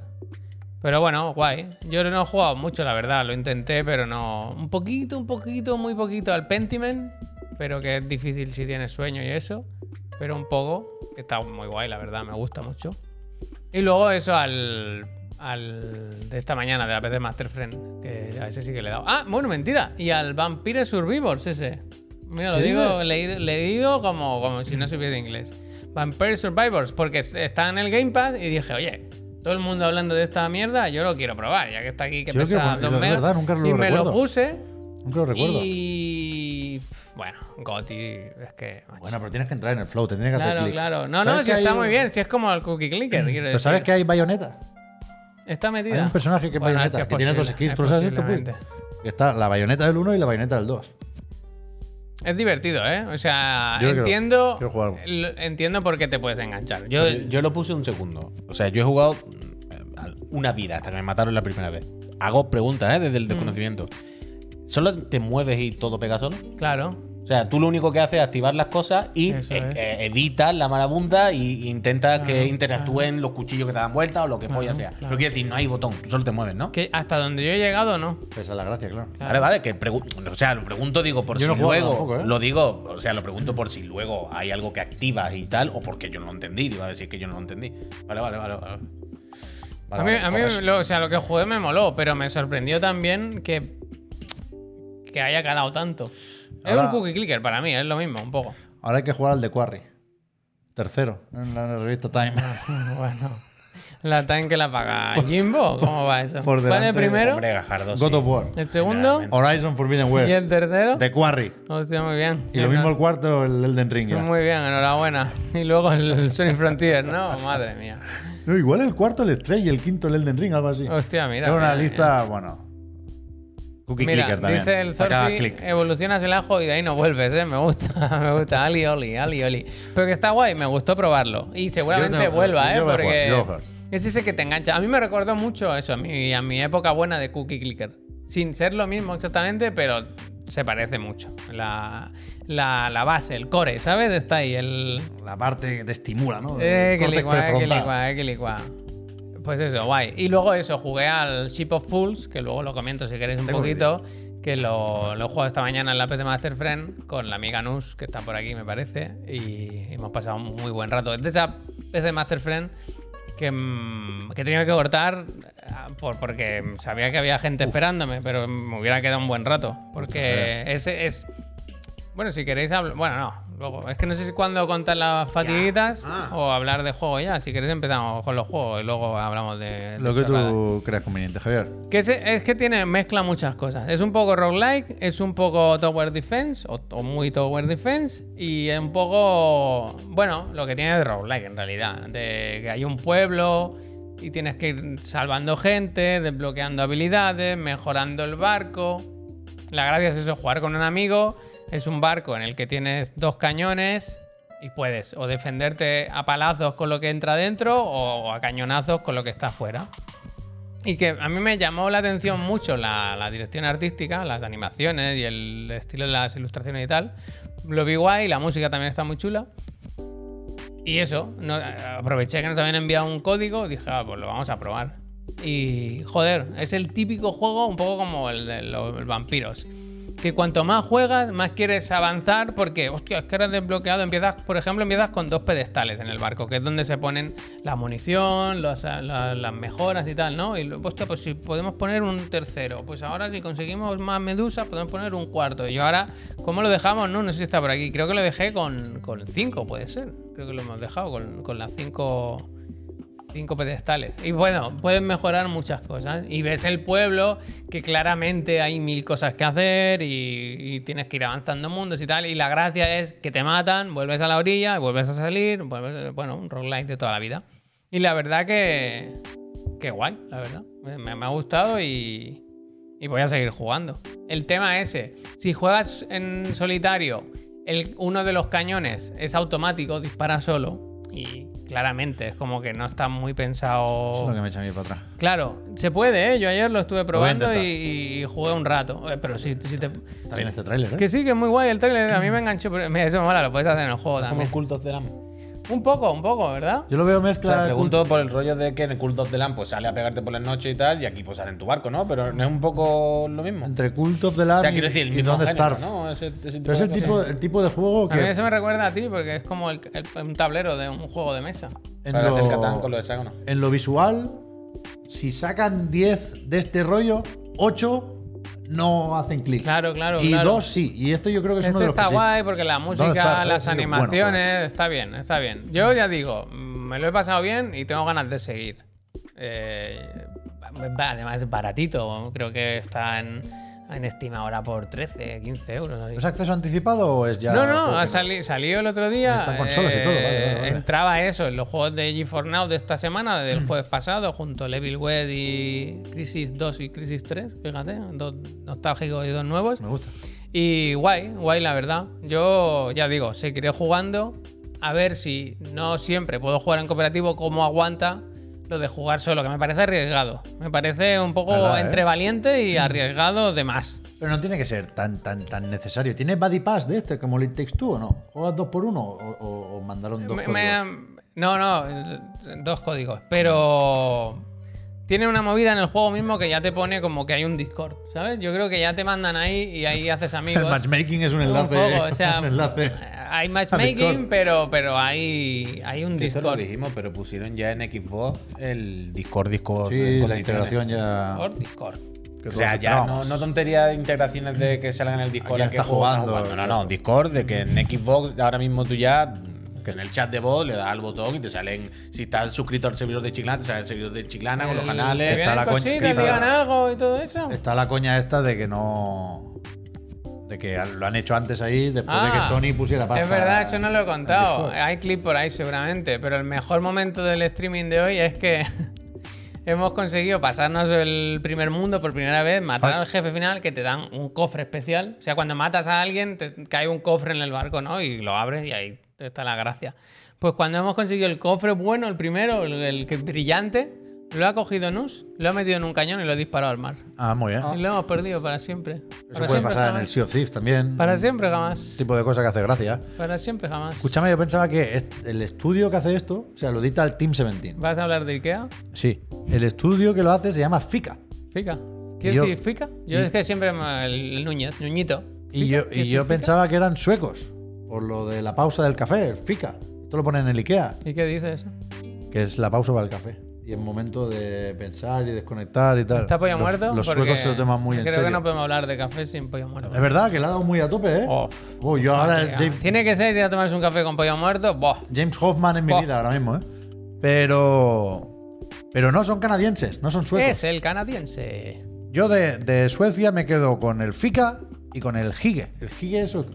Pero bueno, guay. Yo no he jugado mucho, la verdad. Lo intenté, pero no. Un poquito, un poquito, muy poquito al Pentiment. Pero que es difícil si tienes sueño y eso. Pero un poco. que Está muy guay, la verdad. Me gusta mucho. Y luego eso al. Al de esta mañana, de la PC Master Friend. Que a ese sí que le he dado. Ah, bueno, mentira. Y al Vampire Survivors, ese. Mira, lo
¿Qué
digo,
dices?
le, le digo como, como si no supiera inglés. Vampire Survivors, porque es- está en el Game Pass y dije, oye, todo el mundo hablando de esta mierda, yo lo quiero probar, ya que está aquí que
Yo lo quiero
pesa
probar,
dos
la
megas.
verdad, nunca lo
y me lo
recuerdo.
puse
Nunca lo recuerdo.
y... pff, Bueno, Gotti, es que... macho.
Bueno, pero tienes que entrar en el flow, tendrías que hacer
claro,
clic.
claro. No,
¿Sabes
no,
que
si está
hay-
muy bien, si es como el Cookie
*clears throat*
Clicker, quiero
Pero sabes
decir.
que hay bayoneta. Está
metida.
Hay un personaje que es
Bueno, es
bayoneta,
que
que,
es
tiene dos
posible,
skills. este
es
¿Tú lo sabes esto, Puy?
posiblemente.
Está la bayoneta del 1 y la bayoneta del 2.
Es divertido, ¿eh? O sea,
Yo quiero-
entiendo...
quiero jugarlo.
l- Entiendo por qué te puedes enganchar. Yo...
Yo, yo lo puse un segundo. O sea, yo he jugado mm, al- una vida hasta que me mataron la primera vez. Hago preguntas, ¿eh? Desde
Mm.
el desconocimiento. ¿Solo te mueves y todo pega solo?
Claro.
O sea, tú lo único que haces es activar las cosas y
Eso
eh,
es.
eh, evitas la marabunta y intentas
Claro,
que interactúen los cuchillos que te dan vuelta o lo que
Claro,
polla sea.
claro.
Pero quiero decir, no hay botón, tú solo te mueves, ¿no?
Que hasta donde yo he llegado, no.
Esa es la gracia, claro.
Vale, vale, que pregu- o sea, lo pregunto, digo, por
Yo
si
no he jugado
luego.
tampoco, ¿eh?
Lo digo, o sea, lo pregunto por si luego hay algo que activas y tal, o porque yo no lo entendí. Digo, a ver si es que yo no lo entendí. Vale, vale, vale. vale. Vale,
a mí,
vale,
a mí
correcto.
lo, o sea, lo que jugué me moló, pero me sorprendió también que, que haya calado tanto. es
Ahora-
un cookie clicker para mí, es lo mismo, un
*laughs*
poco.
Ahora hay que jugar al de Quarry. Tercero, en la revista Time.
bueno. La tan que la
*laughs*
paga Jimbo, ¿cómo va eso?
por
¿Cuál es el
delante,
primero?
Hombre, Gajardo,
God
sí.
of War.
¿El segundo?
generalmente.
Horizon Forbidden
¿Y
West.
el tercero?
De Quarry.
Hostia, muy bien.
Y lo mismo el cuarto, el Elden Ring. ya.
Pues Muy bien, enhorabuena. Y luego el, el Sonic Frontier,
*laughs*
¿no? Madre mía.
No, igual el cuarto el Stray y el quinto el Elden Ring, algo así.
Hostia, mira.
es una
mira,
lista, bueno. Cookie
Mira,
clicker también.
dice el
Para cada
Zorzi,
clic.
evolucionas el ajo y de ahí no vuelves, ¿eh? Me gusta, *laughs* me gusta. Ali, oli, ali, oli. Pero que está guay, me gustó probarlo. Y seguramente
Yo tengo-
vuelva, ¿eh?
yo voy a jugar,
Porque
yo voy a jugar.
es ese que te engancha. A mí me recordó mucho eso, a mi, a mi época buena de Cookie Clicker. Sin ser lo mismo exactamente, pero se parece mucho. La, la, la base, el core, ¿sabes? Está ahí, el...
La parte que te estimula, ¿no?
Eh,
El
que
córtex
licua, eh, que
prefrontal.
licua, eh, que licua. Pues eso, guay. Y luego eso, jugué al Ship of Fools, que luego lo comento si queréis un
Tengo
poquito, que lo, lo he jugado esta mañana en la PC Master Friend con la amiga Nus, que está por aquí, me parece, y hemos pasado un muy buen rato. Es de esa PC Master Friend que, mm, que he tenido que cortar ah, por, porque sabía que había gente esperándome, pero me hubiera quedado un buen rato, porque ese es... Bueno, si queréis hablar. Bueno, no. Luego, es que no sé si cuándo contar las fatiguitas
Ah.
o hablar de juego ya. Si queréis empezamos con los juegos y luego hablamos de. de
Lo que
chorradas.
tú creas conveniente, Javier.
Que es, es que tiene, mezcla muchas cosas. Es un poco roguelike, es un poco tower defense, o, o muy tower defense, y es un poco. Bueno, lo que tiene de roguelike en realidad. De que hay un pueblo y tienes que ir salvando gente, desbloqueando habilidades, mejorando el barco. La gracia es eso, jugar con un amigo. Es un barco en el que tienes dos cañones y puedes o defenderte a palazos con lo que entra dentro o a cañonazos con lo que está fuera. Y que a mí me llamó la atención mucho la, la dirección artística, las animaciones y el estilo de las ilustraciones y tal. Lo vi guay, la música también está muy chula. Y eso, no- aproveché que nos habían enviado un código, dije, ah, pues lo vamos a probar. Y joder, es el típico juego, un poco como el de los vampiros. Que cuanto más juegas, más quieres avanzar porque, hostia, es que eres desbloqueado. Empiezas, por ejemplo, empiezas con dos pedestales en el barco, que es donde se ponen la munición, los- ah, la- las mejoras y tal, ¿no? Y, luego, hostia, pues si podemos poner un tercero, pues ahora si conseguimos más medusas, podemos poner un cuarto. Y ahora, ¿cómo lo dejamos? No, no sé si está por aquí. Creo que lo dejé con, con cinco, puede ser. Creo que lo hemos dejado con, con las cinco cinco pedestales. Y bueno, puedes mejorar muchas cosas. Y ves el pueblo, que claramente hay mil cosas que hacer y, y tienes que ir avanzando mundos y tal. Y la gracia es que te matan, vuelves a la orilla, vuelves a salir, vuelves, bueno, un roguelike de toda la vida. Y la verdad que... que guay, la verdad. Me- Me, me ha gustado y, y voy a seguir jugando. El tema ese, si juegas en solitario, el, uno de los cañones es automático, dispara solo y claramente es como que no está muy
Eso es lo que
pensado.
me echa a mí para atrás.
Claro, se puede, ¿eh? yo ayer lo estuve probando y,
intentar.
y jugué un rato, Eh, pero si, si te...
Está bien este tráiler, ¿eh?
Que sí, que es muy guay el trailer, a mí me enganchó, pero mira, eso me mola, lo puedes hacer en el juego
Como
también.
cultos del amo.
Un poco, un poco, ¿verdad?
Yo lo veo
O sea,
mezcla.
pregunto por el rollo de que en el Cult of the Lamp pues sale a pegarte por las noches y tal, y aquí pues sale en tu barco, ¿no? Pero no es un poco lo mismo.
entre Cult of the Lamb
o sea,
y-
quiero decir, el
y,
mismo
Don't
género,
Starve.
¿no? Ese- ese tipo
Pero es
de
el
cosas.
tipo, el tipo de juego
A mí
que
eso me recuerda a ti porque es como el- el- un tablero de un juego de mesa.
en
Para hacer
lo,
Catán con los hexágonos.
en lo visual, si sacan 10 de este rollo, 8 no hacen clic.
Claro, claro,
Y
claro.
2 sí. Y esto yo creo que es uno
Este
de los
está
que sí.
guay porque la música,
está?
las
Sí, bueno, pues-
animaciones, está bien, está bien. Yo ya digo, mm, me lo he pasado bien y tengo ganas de seguir. Eh, va- además es baratito, creo que está en, en Steam ahora por 13, 15 euros. algo así.
¿Es acceso anticipado o es ya.?
no,
juego
no, ha
final?
sali- salió el otro día.
Está en consolas y todo, vale, vale, vale.
Entraba eso en los juegos de GeForce Now de esta semana,
*clears throat*
del jueves pasado, junto a Evil Wed y Crisis 2 y Crisis 3, fíjate, dos nostálgicos y dos nuevos.
Me gusta.
Y guay, guay la verdad. Yo ya digo, seguiré jugando. A ver si no siempre puedo jugar en cooperativo, cómo aguanta lo de jugar solo, que me parece arriesgado. Me parece un poco
¿Verdad, eh?
entre valiente y arriesgado de más.
Pero no tiene que ser tan, tan, tan necesario. ¿Tienes Buddy Pass de este, como It Takes Two o no? ¿Juegas dos por uno o, o- o mandaron dos
Me-
por
me-
dos?
no, no, eh, dos códigos. Pero tiene una movida en el juego mismo que ya te pone como que hay un Discord, ¿sabes? Yo creo que ya te mandan ahí y ahí haces
*laughs*
amigos.
*laughs* El matchmaking es un
Un
enlace.
poco, o sea,
un *laughs* enlace.
Hay
Discord.
matchmaking, pero, pero hay, hay un
Esto lo
Discord.
dijimos, pero pusieron ya en Xbox el Discord, Discord
Sí,
eh,
con la
condiciones.
integración ya.
Discord, Discord.
que
O sea,
todos
ya no,
esperábamos.
no tontería de integraciones de que salgan en el Discord.
Ya
a qué
está
juego estás
jugando,
No, no, Discord, de que en Xbox ahora mismo tú ya, que en el chat de voz le das al botón y te salen, si estás suscrito al servidor de Chiclana, te sale el servidor de Chiclana con los
El-
canales.
Eh, se vienen
la coña-
cositas,
está- Este
digan algo y todo eso.
Está la coña esta de que no. De que lo han hecho antes ahí, después de que
Ah,
Sony pusiera pasta. Este
Es verdad, eso no lo he
*laughs*
contado.
Discord.
Hay clip por ahí seguramente, pero el mejor momento del streaming de hoy es que *laughs* hemos conseguido pasarnos el primer mundo por primera vez, matar
Ah.
al jefe final, que te dan un cofre especial. O sea, cuando matas a alguien, te cae un cofre en el barco, ¿no? Y lo abres y ahí está la gracia. Pues cuando hemos conseguido el cofre bueno, el primero, el, el que- brillante, lo ha cogido Nus, lo ha metido en un cañón y lo ha disparado al mar.
Ah, muy bien.
Y lo hemos perdido para siempre.
eso
Para
puede
siempre
pasar en
jamás.
el Sea of Thieves también.
Para siempre jamás.
tipo de cosa que hace gracia.
Para siempre jamás.
Escúchame, yo pensaba que est- el estudio que hace esto, o sea, lo edita el Team 17.
¿Vas a hablar de Ikea?
Sí. El estudio que lo hace se llama FICA.
Fica.
Y yo-
¿Quieres decir Fica? Yo
y-
es que siempre me- el, el Núñez, Nuñito.
Y
Fica,
yo,
¿quieres
y yo
decir
pensaba que eran suecos, por lo de la pausa del café, el FICA. Esto lo ponen en el IKEA,
Fica? ¿Y qué dice eso?
que es la pausa para el café. Y es momento de pensar y desconectar y tal.
¿Está pollo
Los-
muerto?
Los
Porque
suecos se lo toman muy en
creo
serio.
que no podemos hablar de café sin pollo muerto.
Es verdad que le ha dado muy a tope, ¿eh?
Oh.
Uy, yo ahora
Venga,
James,
Tiene que ser ir a tomarse un café con pollo muerto. Buah.
James Hoffman en mi
Oh.
vida ahora mismo, ¿eh? Pero. Pero no son canadienses, no son suecos.
Es el canadiense.
Yo de, de Suecia me quedo con el Fika y con el Hige. El Hige es sueco,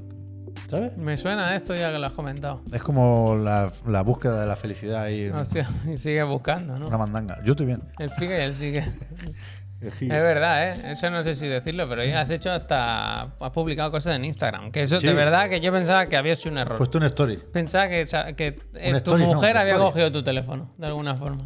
¿Sabes?
Me suena esto ya que lo has comentado.
Es como la, la búsqueda de la felicidad y
Hostia, y sigue buscando,
una
¿no?
mandanga. Yo estoy bien.
El Fica y el sigue.
El
Es
Hige.
verdad, ¿eh? Eso no sé si decirlo, pero ya has hecho hasta. Has publicado cosas en Instagram. Que eso
Sí.
de verdad que yo pensaba que había sido un error.
Puesto una Pues story.
Pensaba que, sa- que, eh,
Un
tu
stories, no,
mujer
un
había
stories.
cogido tu teléfono, de alguna forma.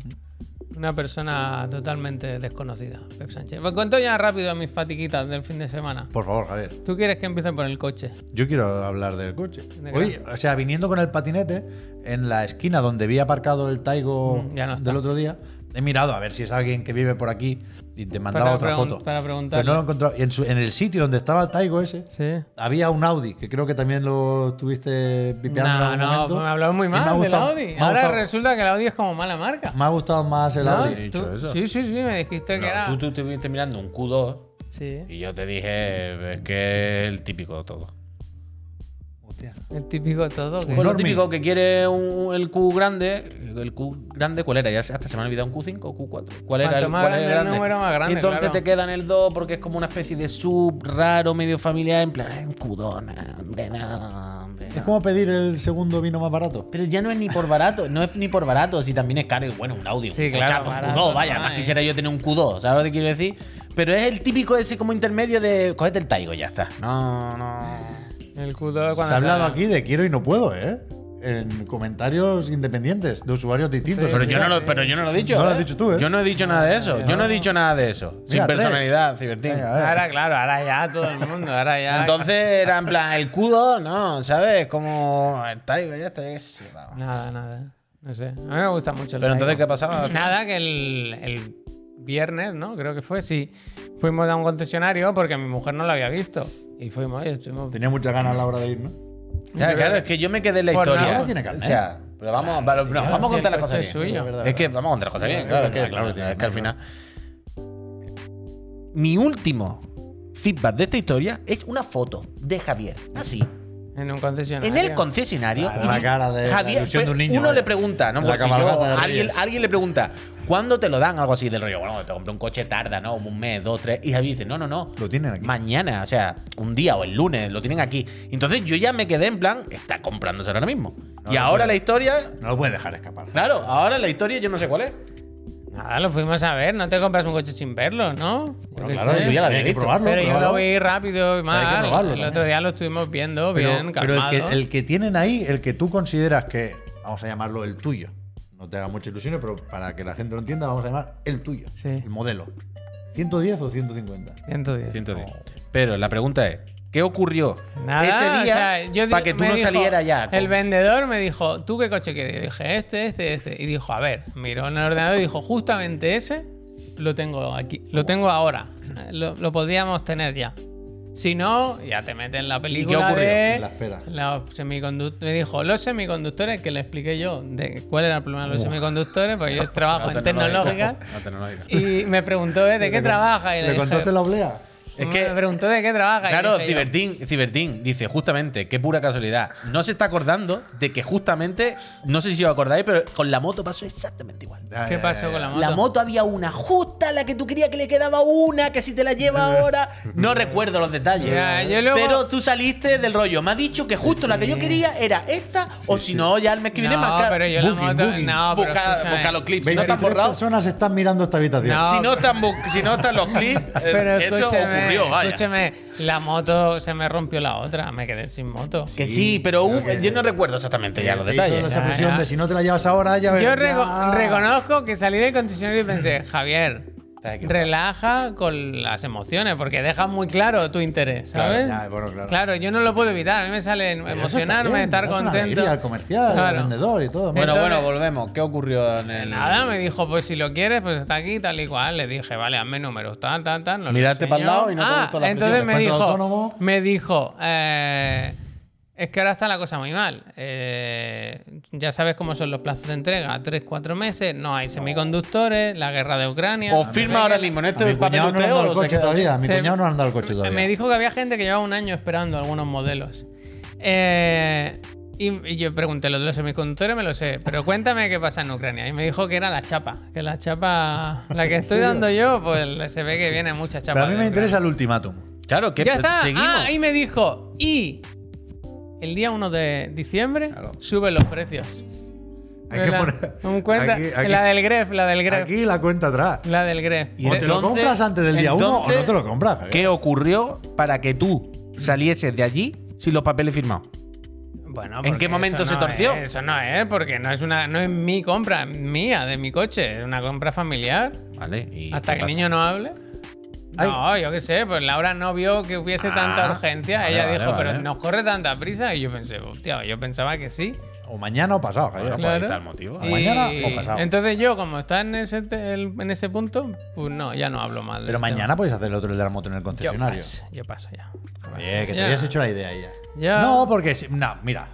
Una persona totalmente desconocida, Pep Sánchez. Pues cuento ya rápido mis fatiguitas del fin de semana.
Por favor, Javier.
¿Tú quieres que empiece por el coche?
Yo quiero hablar del coche.
¿De qué?
Oye, o sea, viniendo con el patinete, en la esquina donde vi aparcado el Taigo
Mm, ya no está.
del otro día, he mirado a ver si es alguien que vive por aquí y te mandaba
Para
otra
pregun-
foto.
para
Pero
preguntarle.
no lo he encontrado. Y en, su- en el sitio donde estaba el Taigo ese,
Sí.
había un Audi, que creo que también lo estuviste pipeando en
No,
algún
no,
momento.
me hablado muy
Y
mal
ha
del
gustado-
Audi.
me ha
Ahora
gustado-
resulta que el Audi es como mala marca.
Me ha gustado más el
¿No?
Audi.
he
¿Tú?
dicho eso.
Sí, sí, sí, me dijiste que era.
No, tú, tú estuviste mirando un Q2
Sí.
y yo te dije, es que es el típico todo.
Hostia.
El típico todo. que-
Pues lo
Normie.
típico que quiere un- el Q grande, el Q grande, ¿cuál era? Ya se- hasta se me ha olvidado un Q5 o Q4. ¿Cuál era
Cuanto
el,
más
cuál era
grande el número, más grande,
Y entonces
claro.
te quedan el 2 porque es como una especie de sub raro, medio familiar, en plan, "Ay, un Q2, no, hombre, no, hombre,
Es
no".
como pedir el segundo vino más barato.
Pero ya no es ni por barato, no es ni por barato, si también es caro. Y bueno, un audio,
Sí,
un
claro,
cochazo,
barato,
un Q2, vaya,
no
más
hay.
quisiera yo tener un Q2, ¿sabes lo que quiero decir? Pero es el típico ese como intermedio de, cógete el Taigo, ya está. No, no.
El Q2 cuando
Se ha hablado
sale.
aquí de quiero y no puedo, ¿eh? en comentarios independientes de usuarios distintos.
Sí,
Pero yo, no
sí.
lo, pero yo no lo he dicho.
No lo
¿eh?
has dicho tú, ¿eh?
Yo no he dicho nada de eso. Yo no he dicho nada de eso. Sin
Mira, tres.
personalidad, Cibertín.
Venga, a ver.
Ahora, claro, ahora ya todo el mundo, ahora ya.
Entonces era en plan, el cudo, no, ¿sabes? Como el Tiger, ya está. ya se va.
Nada, nada. No sé. A mí me gusta mucho el
Pero entonces,
Taigo.
¿qué pasaba?
Nada, que el, el viernes, ¿no? Creo que fue, sí. Fuimos a un concesionario porque mi mujer no lo había visto. Y fuimos, oye, estuvimos-
Tenía muchas ganas a la hora de ir, ¿no?
Claro, claro, es que yo me quedé en la
Por
historia.
nada. Ahora
tiene carnet.
O sea, pero vamos, vale, no,
tío,
vamos a
si
contar
el
las cosas
coche es
bien.
suyo.
Verdad,
Es que
verdad.
vamos a contar las cosas bien,
Verdad,
claro.
verdad,
que-
claro,
es
tiene
que al final. Mi último feedback de esta historia es una foto de Javier. Así.
en un concesionario.
En el concesionario.
Claro,
y
la
di-
cara de la ilusión
pues,
de un niño,
Uno
vaya.
le pregunta, ¿no?
La
Porque si yo-
cabalgata de
alguien,
Reyes.
alguien le pregunta, ¿cuándo te lo dan? Algo así del rollo. Bueno, te compré un coche, tarda, ¿no? Un mes, dos, tres. Y Javier dice, no, no, no.
Lo tienen aquí.
Mañana, o sea, un día o el lunes, lo tienen aquí. Entonces yo ya me quedé en plan, está comprándose ahora mismo. y
no
ahora
puede.
la historia.
No lo puedes dejar escapar.
Claro, ahora la historia yo no sé cuál es.
Nada, lo fuimos a ver. No te compras un coche sin verlo, ¿no?
Bueno,
Yo qué
claro,
sé.
tú ya
había
la habías
que
visto.
probarlo.
pero yo
probarlo.
lo vi rápido y
hay
mal.
que probarlo
el
también.
otro día lo estuvimos viendo bien,
pero el,
calmado.
que, el que tienen ahí, el que tú consideras que, vamos a llamarlo el tuyo, no te haga mucha ilusión, pero para que la gente lo entienda, vamos a llamar el tuyo,
Sí.
el modelo. ¿110 o 150?
110.
110. Pero la pregunta es, ¿qué ocurrió
Nada,
ese día
o sea, yo di-
para que tú
me
no
dijo-
salieras ya? con-
El vendedor me dijo, ¿tú qué coche quieres? Yo dije, este, este, este. Y dijo, a ver, miró en el ordenador y dijo, justamente ese lo tengo aquí, lo tengo ahora. Lo, lo podríamos tener ya. Si no, ya te metes en la película
ocurrió?
de
En la espera.
los semiconductores. Me dijo, los semiconductores, que le expliqué yo de cuál era el problema de los semiconductores, porque yo trabajo en tecnológica.
No, tecnológica.
Y me preguntó, ¿eh, ¿de qué trabajas? Y le
¿Le
dije-
contaste la oblea?
Es
me
que,
preguntó de qué trabajas. Y
claro,
dije yo,
Cibertín, Cibertín dice justamente, qué pura casualidad. No se está acordando de que justamente, no sé si os acordáis, pero con la moto pasó exactamente igual.
Ya,
¿Qué
ya,
pasó
ya,
con
ya.
la moto?
La moto había una justa, la que tú querías que le quedaba una, que si te la *laughs* lleva ahora. No recuerdo los detalles.
Ya, yo luego-
Pero tú saliste del rollo. Me ha dicho que justo la que yo quería era esta, o si no, ya el mes que viene
No,
más caro.
pero yo la
Booking,
moto-
booking.
no, pero
Busca-
escúchame.
busca los clips. Si no
23
están borrados,
personas están mirando esta habitación.
No.
si no están, bu- si no están
*laughs*
los clips, eh,
Pero
eso
escúcheme,
ocurrió, vaya.
escúcheme, la moto se me rompió la otra, me quedé sin moto.
Que sí,
Sí,
pero
pero
hubo-
que-
yo no recuerdo exactamente ya los
Y toda
detalles.
Ya,
esa presión
ya.
de si no te la llevas ahora, ya
Yo
verás.
reco-
Ya.
reconozco que salí del concesionario y pensé, Javier,
Estás equivocado.
relaja con las emociones, porque dejas muy claro tu interés,
Claro,
¿sabes?
ya, bueno, claro.
yo no lo puedo evitar, a mí me sale
Pero eso está
emocionarme,
bien,
estar
es una
contento.
alegría al comercial,
Claro. Eh,
al vendedor y todo.
Bueno,
Entonces-
bueno, volvemos. ¿Qué ocurrió en el.
Nada, me dijo, pues si lo quieres, pues está aquí, tal y cual. Le dije, vale, hazme números, tal, tal, tal. nos lo
Miraste
enseñó.
pa'l lado y no te
Ah,
gustó la
entonces
presión.
me
Descuento de
dijo,
autónomo.
me dijo, eh, es que ahora está la cosa muy mal. Eh, ya sabes cómo son los plazos de entrega, tres, cuatro meses, no hay semiconductores, la guerra de Ucrania.
O Pues firma ahora mismo en
A
este
mi
papel
cuñado no le
usted
han dado el
o se
coche
queda-
todavía. a Mi
Se-
cuñado no le han dado el coche todavía.
Me dijo que había gente que llevaba un año esperando algunos modelos. Eh, y, y yo pregunté, lo de los semiconductores me lo sé, pero cuéntame qué pasa en Ucrania. Y me dijo que era la chapa, que la chapa, la que
*laughs*
estoy dando yo, pues se ve que viene mucha chapa.
Pero a mí
de
me interesa
Ucrania.
el ultimátum.
Claro, que
Ya está.
seguimos.
Ah, y me dijo, y el día 1 de diciembre
Claro.
suben los precios.
Hay que
La-
poner-
un cuenta-
aquí- aquí-
la del Gref, la del Gref.
Aquí la cuenta atrás.
La del Gref.
O te lo
Entonces-
compras antes del día 1 o
entonces,
no te lo compras. Javier.
¿Qué ocurrió para que tú salieses de allí sin los papeles firmados?
Bueno,
¿En
porque
qué momento
eso
se
no
torció?
es- eso no es, porque no es una, no es mi compra, es mía, de mi coche, es una compra familiar.
Vale. ¿y
Hasta
qué
que el
pasa?
niño no hable.
Ay.
No, yo qué sé, pues Laura no vio que hubiese
Ah,
tanta urgencia.
vale,
Ella
vale,
dijo,
vale.
pero nos corre tanta prisa. Y yo pensé, hostia, yo pensaba que sí.
O mañana o pasado, Javier.
Bueno, pues ahí está el motivo.
O mañana o pasado.
Entonces yo, como está en ese, te- el- en ese punto, pues no, ya no hablo mal. del
Pero
tema.
mañana podéis hacer el otro el de la moto en el
yo
concesionario.
paso, yo paso ya.
Oye, que te
Ya.
habías hecho la idea ya.
Ya.
No, porque si- no, mira,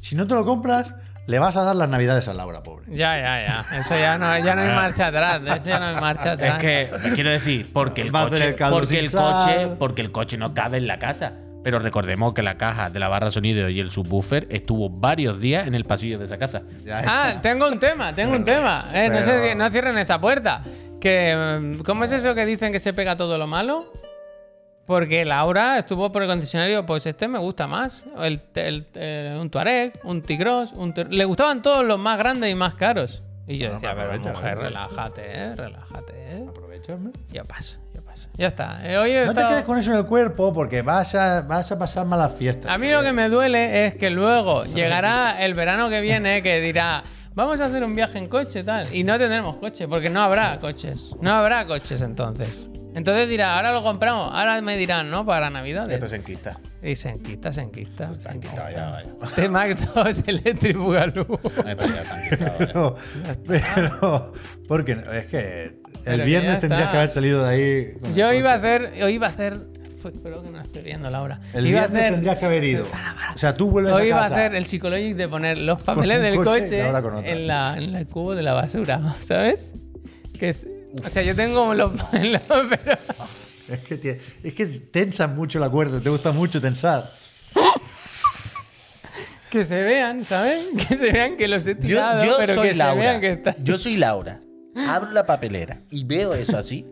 si no te lo compras, le vas a dar las navidades a Laura, pobre.
Ya, ya, ya. Eso ya no, ya no hay marcha atrás. de Eso ya no hay marcha
Es
atrás.
que quiero decir, porque el
Va a tener
coche,
caldo
porque
sin
el
sal.
coche, porque el coche no cabe en la casa. Pero recordemos que la caja de la barra sonido y el subwoofer estuvo varios días en el pasillo de esa casa.
Ya,
Ah, tengo un tema, tengo un tema. Eh, no,
Pero-
sé- no cierren esa puerta. Que, mm, ¿Cómo es eso que dicen que se pega todo lo malo? Porque Laura estuvo por el concesionario, pues este me gusta más. El, el- eh, un Tuareg, un Tigros, un Tur- Le gustaban todos los más grandes y más caros. Y yo
Bueno,
decía, pero
aprovecha,
mujer,
¿no?
relájate, eh, relájate, eh.
Aprovechame.
Yo paso, yo paso. Ya está. Eh, hoy he
No te
estado-
quedes con eso en el cuerpo porque vas a, vas a pasar malas fiestas.
A mí lo que me duele es que luego llegará el verano que viene que dirá, vamos a hacer un viaje en coche tal. Y no tendremos coche, porque no habrá coches. No habrá coches entonces. Entonces dirá, ahora lo compramos, ahora me dirán, ¿no? Para Navidades.
Esto se enquista.
Y se enquista, se enquista.
Se
Se
han quitado
enquista.
ya, vaya.
Este Magdo es eléctrico a
*laughs*
luz.
Esto ya se han quitado, vaya.
Pero, pero- porque es que el
Pero que
viernes
ya
tendrías
está.
que haber salido de ahí. con el
Yo
coche.
iba a hacer, yo iba a hacer, fue- espero que no esté viendo Laura.
El
iba a
viernes
hacer-
tendrías que haber ido. O sea, tú vuelves
Hoy
a
iba a
casa.
hacer el psicológico de poner los papeles
un
del
coche
coche,
y ahora con otra.
en, la, en el cubo de la basura, ¿sabes? Que es, o sea, yo tengo los papeles, *laughs* pero
Es que, tie- es que tensas mucho la cuerda, te gusta mucho tensar.
que se vean, ¿sabes? Que se vean que los he
Yo,
tirado,
yo
pero
soy
que se
Laura.
vean que está.
Yo soy Laura. Abro la papelera y veo eso así.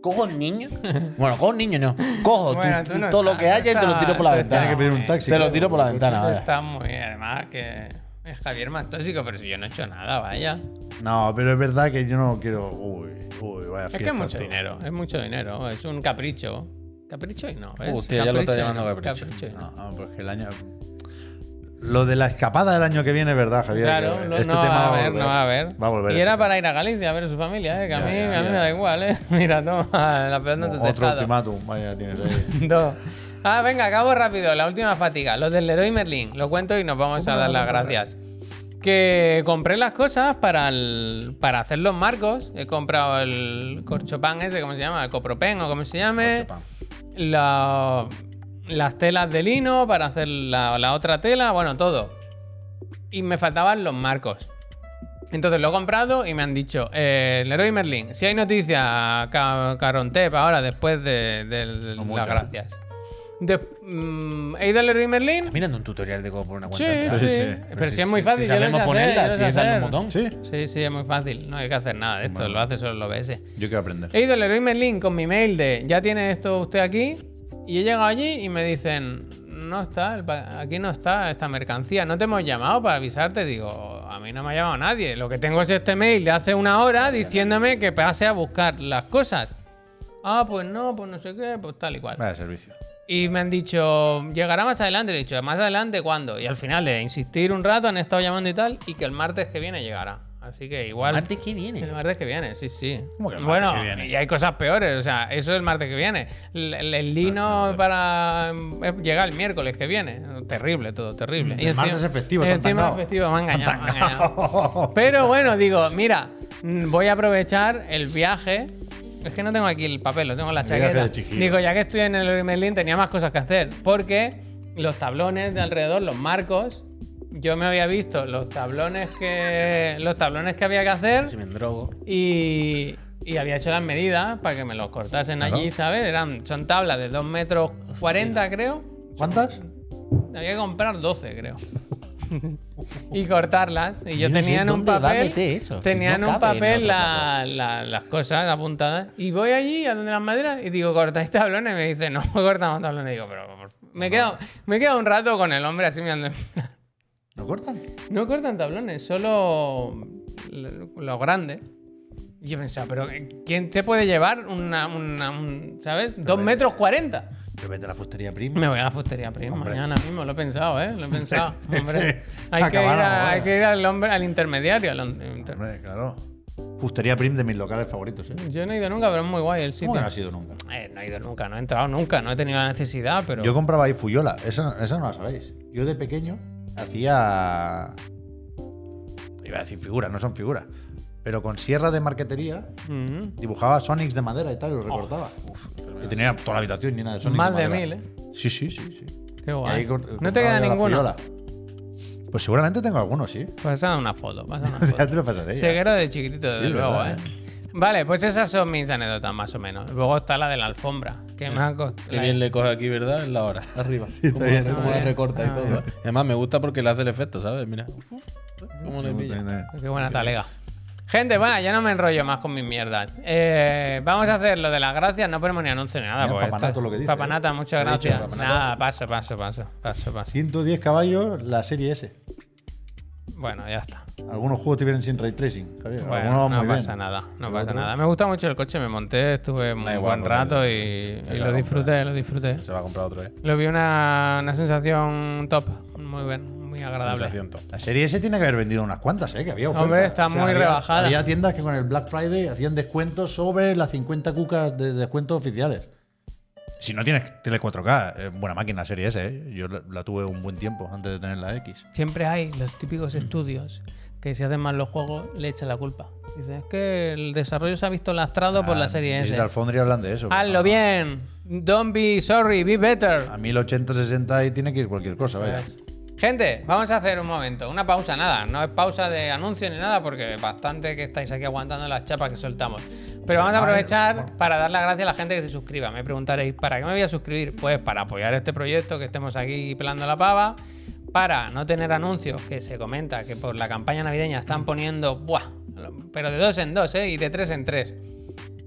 Cojo el niño. Bueno, cojo el niño no. Cojo
Bueno,
tú-
tú no
todo lo
estás,
que haya y te lo tiro por la
tú
ventana.
Tienes que pedir un
eh,
taxi.
te lo
claro,
tiro por la
coche.
ventana. vaya.
Está muy bien, además que es Javier más tóxico, pero si yo no he hecho nada, vaya.
No, pero es verdad que yo no quiero. Uy, uy, vaya
Es
fiesta.
que es mucho
tú.
dinero, es mucho dinero, es un capricho. Capricho y no, ¿ves?
Hostia, ya lo
Capricho
está
y
llamando
no,
capricho.
y no.
No, no, pues que el año. Lo de la escapada del año que viene es verdad, Javier.
Claro,
que
no,
este
no
tema
va a
va
haber,
volver.
no va a haber.
Va a volver.
y
ese
era
tema.
para ir a Galicia a ver a su familia, eh, que a
Ya,
mí,
ya,
a
sí,
mí
ya.
me da igual, eh. *laughs* Mira, toma, la peor no te he
Otro
testado.
ultimátum, vaya, tienes ahí.
Dos. Ah, venga, acabo rápido, la última fatiga. Los del Leroy Merlin, lo cuento y nos vamos a
¿Cómo
dar
lo
las
cuentas?
gracias. Que compré las cosas para, el- para hacer los marcos. He comprado el corchopán ese, ¿cómo se llama? El copropen o como se llame. la- las telas de lino para hacer la, la otra tela, bueno, todo. Y me faltaban los marcos. Entonces lo he comprado y me han dicho, eh, Leroy Merlin, si hay noticias, Ca- Carontep, ahora después de, de
muchas.
las gracias. De- mm, he ido al Leroy Merlin.
Estás mirando un tutorial de cómo poner una
Sí,
cuenta.
sí,
atrás.
sí, sí.
Pero si es muy
Si
fácil. yo lo
sabemos
sé hacer,
ponerla,
yo lo
si
sé
es darle un
hacer.
*laughs*
botón.
Sí,
Sí, sí, es muy fácil. No hay que hacer nada de esto, lo hace solo el OBS.
yo quiero aprender.
He ido al Leroy Merlin con mi mail de ya tiene esto usted aquí. Y he llegado allí y me dicen, no está, el pa- aquí no está esta mercancía, no te hemos llamado para avisarte. Digo, a mí no me ha llamado nadie. Lo que tengo es este mail de hace una hora diciéndome que pase a buscar las cosas. Ah, pues no, pues no sé qué, pues tal y cual.
Vaya servicio.
Y me han dicho, llegará más adelante. Le he dicho, ¿más adelante cuándo? Y al final, de insistir un rato, han estado llamando y tal, y que el martes que viene llegará. Así que igual.
Martes que viene.
El martes que viene, sí, sí.
¿Cómo que el martes
bueno,
que viene?
y hay cosas peores, o sea, eso es el martes que viene. El, el- el
Ah,
lino para. eh, llega el miércoles que viene. Terrible, todo terrible.
Mm, el martes es festivo, te han
encima
tangao.
es festivo, me han engañado, me han engañado. Pero bueno, digo, mira, mm, voy a aprovechar el viaje. Es que no tengo aquí el papel, lo tengo en la
El viaje
chaqueta.
de Chihiro.
Digo, ya que estoy en el Merlin tenía más cosas que hacer. Porque los tablones de alrededor, los marcos, yo me había visto los tablones que. Los tablones que había que
Si
hacer
me endrogo.
y. y había hecho las medidas para que me los cortasen
Claro.
allí, ¿sabes? Eran, son tablas de 2 metros 40, creo.
*laughs* ¿Cuántas?
Había que comprar 12, creo. y cortarlas. Y yo
Yo no sé
tenía en un
dónde va a
papel.
meter eso, que
Tenía
no
en un
cabe en
papel
otro
la- la- las cosas apuntadas. Y voy allí a donde las maderas y digo, ¿cortáis tablones? Y me dice, no, *laughs* cortamos tablones. Y digo, pero. por- Me he, quedado, me he quedado un rato con el hombre así mirando.
¿No cortan?
No cortan tablones, solo lo- lo grande. Y yo pensaba, pero eh, ¿quién te puede llevar una, una- un- ¿sabes? Dos metros cuarenta.
Pero vete a la fustería prima.
Me voy a la fustería prima
Hombre.
mañana mismo, lo he pensado, ¿eh? Lo he
*laughs*
pensado, hombre. Hay, que ir,
Acabar la
a-
jugada.
hay que ir al hombre, al intermediario. al on- inter-
Hombre, claro. Fustería prim de mis locales favoritos, ¿eh?
Yo no he ido nunca, pero es muy guay el sitio.
¿Cómo que no ha sido nunca?
Eh, no he ido nunca, no he entrado nunca, no he tenido la necesidad, pero...
Yo compraba ahí fuyola, esa, esa no la sabéis. Yo de pequeño hacía. Iba a decir figuras, no son figuras. Pero con sierra de marquetería
Mm.
dibujaba Sonics de madera y tal, y lo recortaba. y tenía toda la habitación llena de Sonics.
Más de
madera.
mil, ¿eh?
Sí, sí, sí. sí.
Qué
Y
guay.
ahí cort-
no te queda
cortaba la
ninguno.
fuyola. Pues seguramente tengo algunos, sí. *laughs*
Pasa una foto, pasa una
ya
foto.
te lo pasaré. ya.
Ceguero de chiquitito, desde
Sí,
luego,
verdad,
¿eh? Vale, pues esas son mis anécdotas, más o menos. Luego está la de la alfombra, que me ha costado...
Qué bien le coge aquí, ¿verdad? En la hora. Arriba.
Está bien,
Como la recorta y todo.
Además, me gusta porque le hace el efecto, ¿sabes? Mira. Ah, Uf, ¿Cómo le pilla?
Qué buena talega. Gente, bueno, ya no me enrollo más con mis mierdas. Eh, vamos a hacer lo de las gracias, no ponemos ni anuncio ni nada.
Mira,
porque
papanato
esto-
lo que dice,
Papanata,
eh.
muchas
Lo he dicho,
gracias.
papanato.
Nada, paso, paso, paso, paso, paso.
110 caballos la serie S.
Bueno, ya está.
Algunos juegos te vienen sin ray tracing, Javier.
Bueno,
Algunos
no
muy bien.
pasa nada, no
El
pasa
otro-
nada. Me gusta mucho el coche, me monté, estuve un
igual,
buen
porque
rato y,
se
y
la
lo
compra.
disfruté, lo disfruté.
Se va a comprar otro, ¿eh?
Lo vi una, una sensación top, muy bien, muy agradable.
Sensación top.
La serie S tiene que haber vendido unas cuantas, ¿eh? Que había oferta.
Hombre, está muy
había-
rebajada.
Había tiendas que con el Black Friday hacían descuentos sobre las 50 cucas de descuentos oficiales. Si no tienes tele 4K, eh, buena máquina la serie S, ¿eh? Yo la, la tuve un buen tiempo antes de tener la X.
Siempre hay los típicos estudios que si hacen mal los juegos le echan la culpa. Dicen, es que el desarrollo se ha visto lastrado por la serie S.
Ah, Digital Ah. Foundry hablan de eso.
Hazlo bien. Don't be sorry, be better.
A 1080, 60 y tiene que ir cualquier cosa, vaya.
Gente, vamos a hacer un momento, una pausa, nada, no es pausa de anuncio ni nada, porque bastante que estáis aquí aguantando las chapas que soltamos. Pero vamos a
Madre,
aprovechar
bueno.
para dar las gracias a la gente que se suscriba. Me preguntaréis, ¿para qué me voy a suscribir? Pues para apoyar este proyecto, que estemos aquí pelando la pava, para no tener anuncios, que se comenta que por la campaña navideña están poniendo, ¡buah! Pero de dos en dos, ¿eh? Y de tres en tres.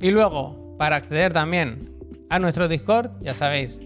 Y luego, para acceder también a nuestro Discord, ya sabéis,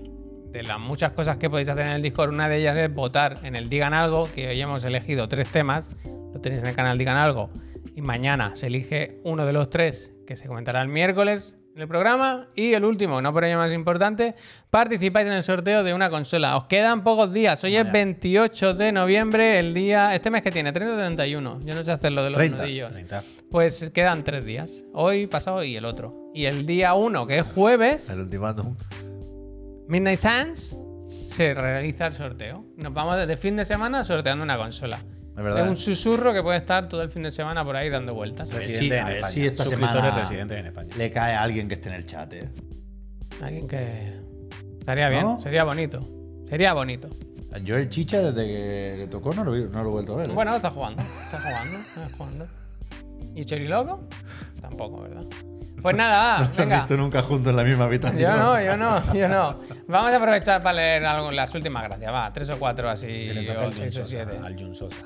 de las muchas cosas que podéis hacer en el Discord, una de ellas es votar en el Digan Algo, que hoy hemos elegido tres temas, lo tenéis en el canal Digan Algo, y mañana se elige uno de los tres que se comentará el miércoles en el programa, y el último, no por ello más importante, participáis en el sorteo de una consola. Os quedan pocos días, hoy es 28 de noviembre, el día, este mes que tiene, 30 o 31, yo no sé hacer lo de los
30,
nudillos.
30.
Pues quedan tres días. Hoy, pasado y el otro. Y el día uno, que es jueves,
El ultimátum.
Midnight Suns, se realiza el sorteo. Nos vamos desde el fin de semana sorteando una consola.
Es verdad. eh.
Es un susurro que puede estar todo el fin de semana por ahí dando vueltas.
Sí,
Residente en
a ver,
España.
sí, esta
Suscriptores
semana-
residentes en España.
Le cae a alguien que esté en el chat, ¿eh?
Alguien que. Estaría bien,
¿No?
sería bonito. Sería bonito.
Yo el chicha desde que le tocó no lo, vi- no lo he vuelto a ver. ¿eh? *laughs*
Bueno, está jugando. Está jugando. Está jugando. ¿Y Choriloco? Tampoco, ¿verdad? Pues nada, va,
*laughs* No se han
venga.
visto nunca juntos en la misma habitación.
Yo no, yo no, yo no. Vamos a aprovechar para leer algo, las últimas gracias, va, tres o cuatro así,
Que le toca
o
al Jun
seis o
Sosa,
siete.
al Jun Sosa.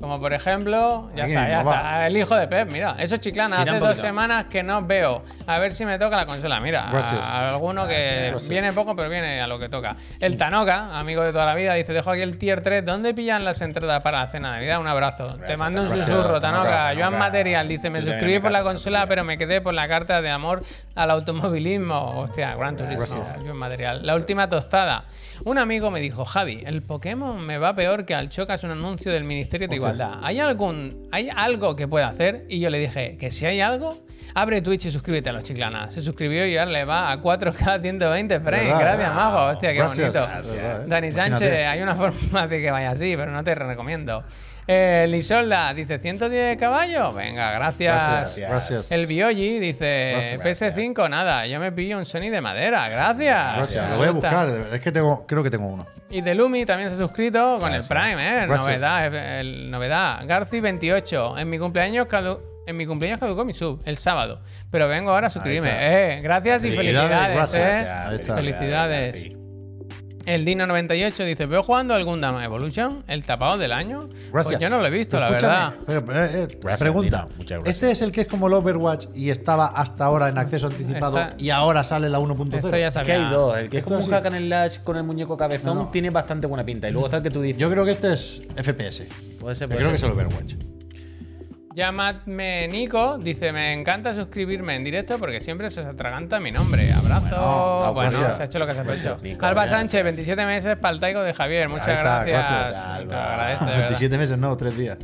Como por ejemplo, ya
Aquí
está, ya
mismo,
está,
va.
el hijo de Pep, mira, eso es chiclana, hace
Tira un
dos
poquito.
semanas que no veo, a ver si me toca la consola, mira, a-
Gracias.
a alguno que
gracias.
viene poco pero viene a lo que toca. El Tanoka, amigo de toda la vida, dice, dejo aquí el tier 3, ¿dónde pillan las entradas para la cena de Navidad? Un abrazo, te mando un
Tanoka.
susurro,
Gracias, Tanoka,
Tanoka,
Tanoka.
Joan Material, dice, me
Yo también
suscribí
me
por la
caso,
consola, pero me quedé por la carta de amor al automovilismo. Hostia, Gran Turismo, buen material. La última tostada. Un amigo me dijo, Javi, el Pokémon me va peor que al Chocas un anuncio del Ministerio de Igualdad. ¿Hay, algún, ¿Hay algo que pueda hacer? Y yo le dije, que si hay algo, abre Twitch y suscríbete a los chiclanas. Se suscribió y ahora le va a 4K 120 frames.
¿Verdad?
Gracias, majo. Hostia, qué
Gracias.
bonito.
Gracias.
Dani Sánchez,
Imagínate.
hay una forma de que vaya así, pero no te recomiendo. Eh, Lisolda dice 110 caballos. Venga, gracias.
Gracias. Gracias.
El Biogi dice PS5, nada. Yo me pillo un Sony de madera. Gracias.
Gracias,
Me
lo voy a
gusta.
buscar. de verdad. Es que tengo, creo que tengo uno.
Y de Lumi también se ha suscrito con el Prime, ¿eh?
Gracias.
Novedad, eh, el- novedad. Garci28, en mi cumpleaños cadu- En mi cumpleaños caducó mi sub, el sábado. Pero vengo ahora a suscribirme.
está.
Eh, gracias y
Felicidades,
felicidades.
gracias.
¿eh?
Ahí está.
Felicidades.
Sí.
El Dino98 dice: ¿Veo jugando algún Dama Evolution? ¿El tapado del año?
Gracias.
Pues yo no lo he visto, la
Escúchame,
verdad.
pero, pero, eh, eh,
Gracias,
pregunta.
Dino, muchas gracias.
Este es el que es como el Overwatch y estaba hasta ahora en acceso anticipado
Está-
y ahora sale la 1.0.
Esto ya
Es que
sabía.
hay dos. El que es
Esto
como un
así.
hack and slash con el muñeco cabezón
No, no.
tiene bastante buena pinta. Y luego está el que tú dices.
Yo creo que este es FPS.
Puede ser,
Yo
puede
creo
ser.
que es el Overwatch.
Llamadme Nico, dice, me encanta suscribirme en directo porque siempre se os atraganta mi nombre. Abrazo. Bueno,
Bueno, gracias.
se ha hecho lo que se ha hecho.
Nico,
Alba
gracias.
Sánchez, 27 meses, paltaico de Javier. Muchas
Ahí está,
gracias.
gracias,
Te lo
Alba.
agradezco, de verdad.
27 Ah, meses, no, 3 días.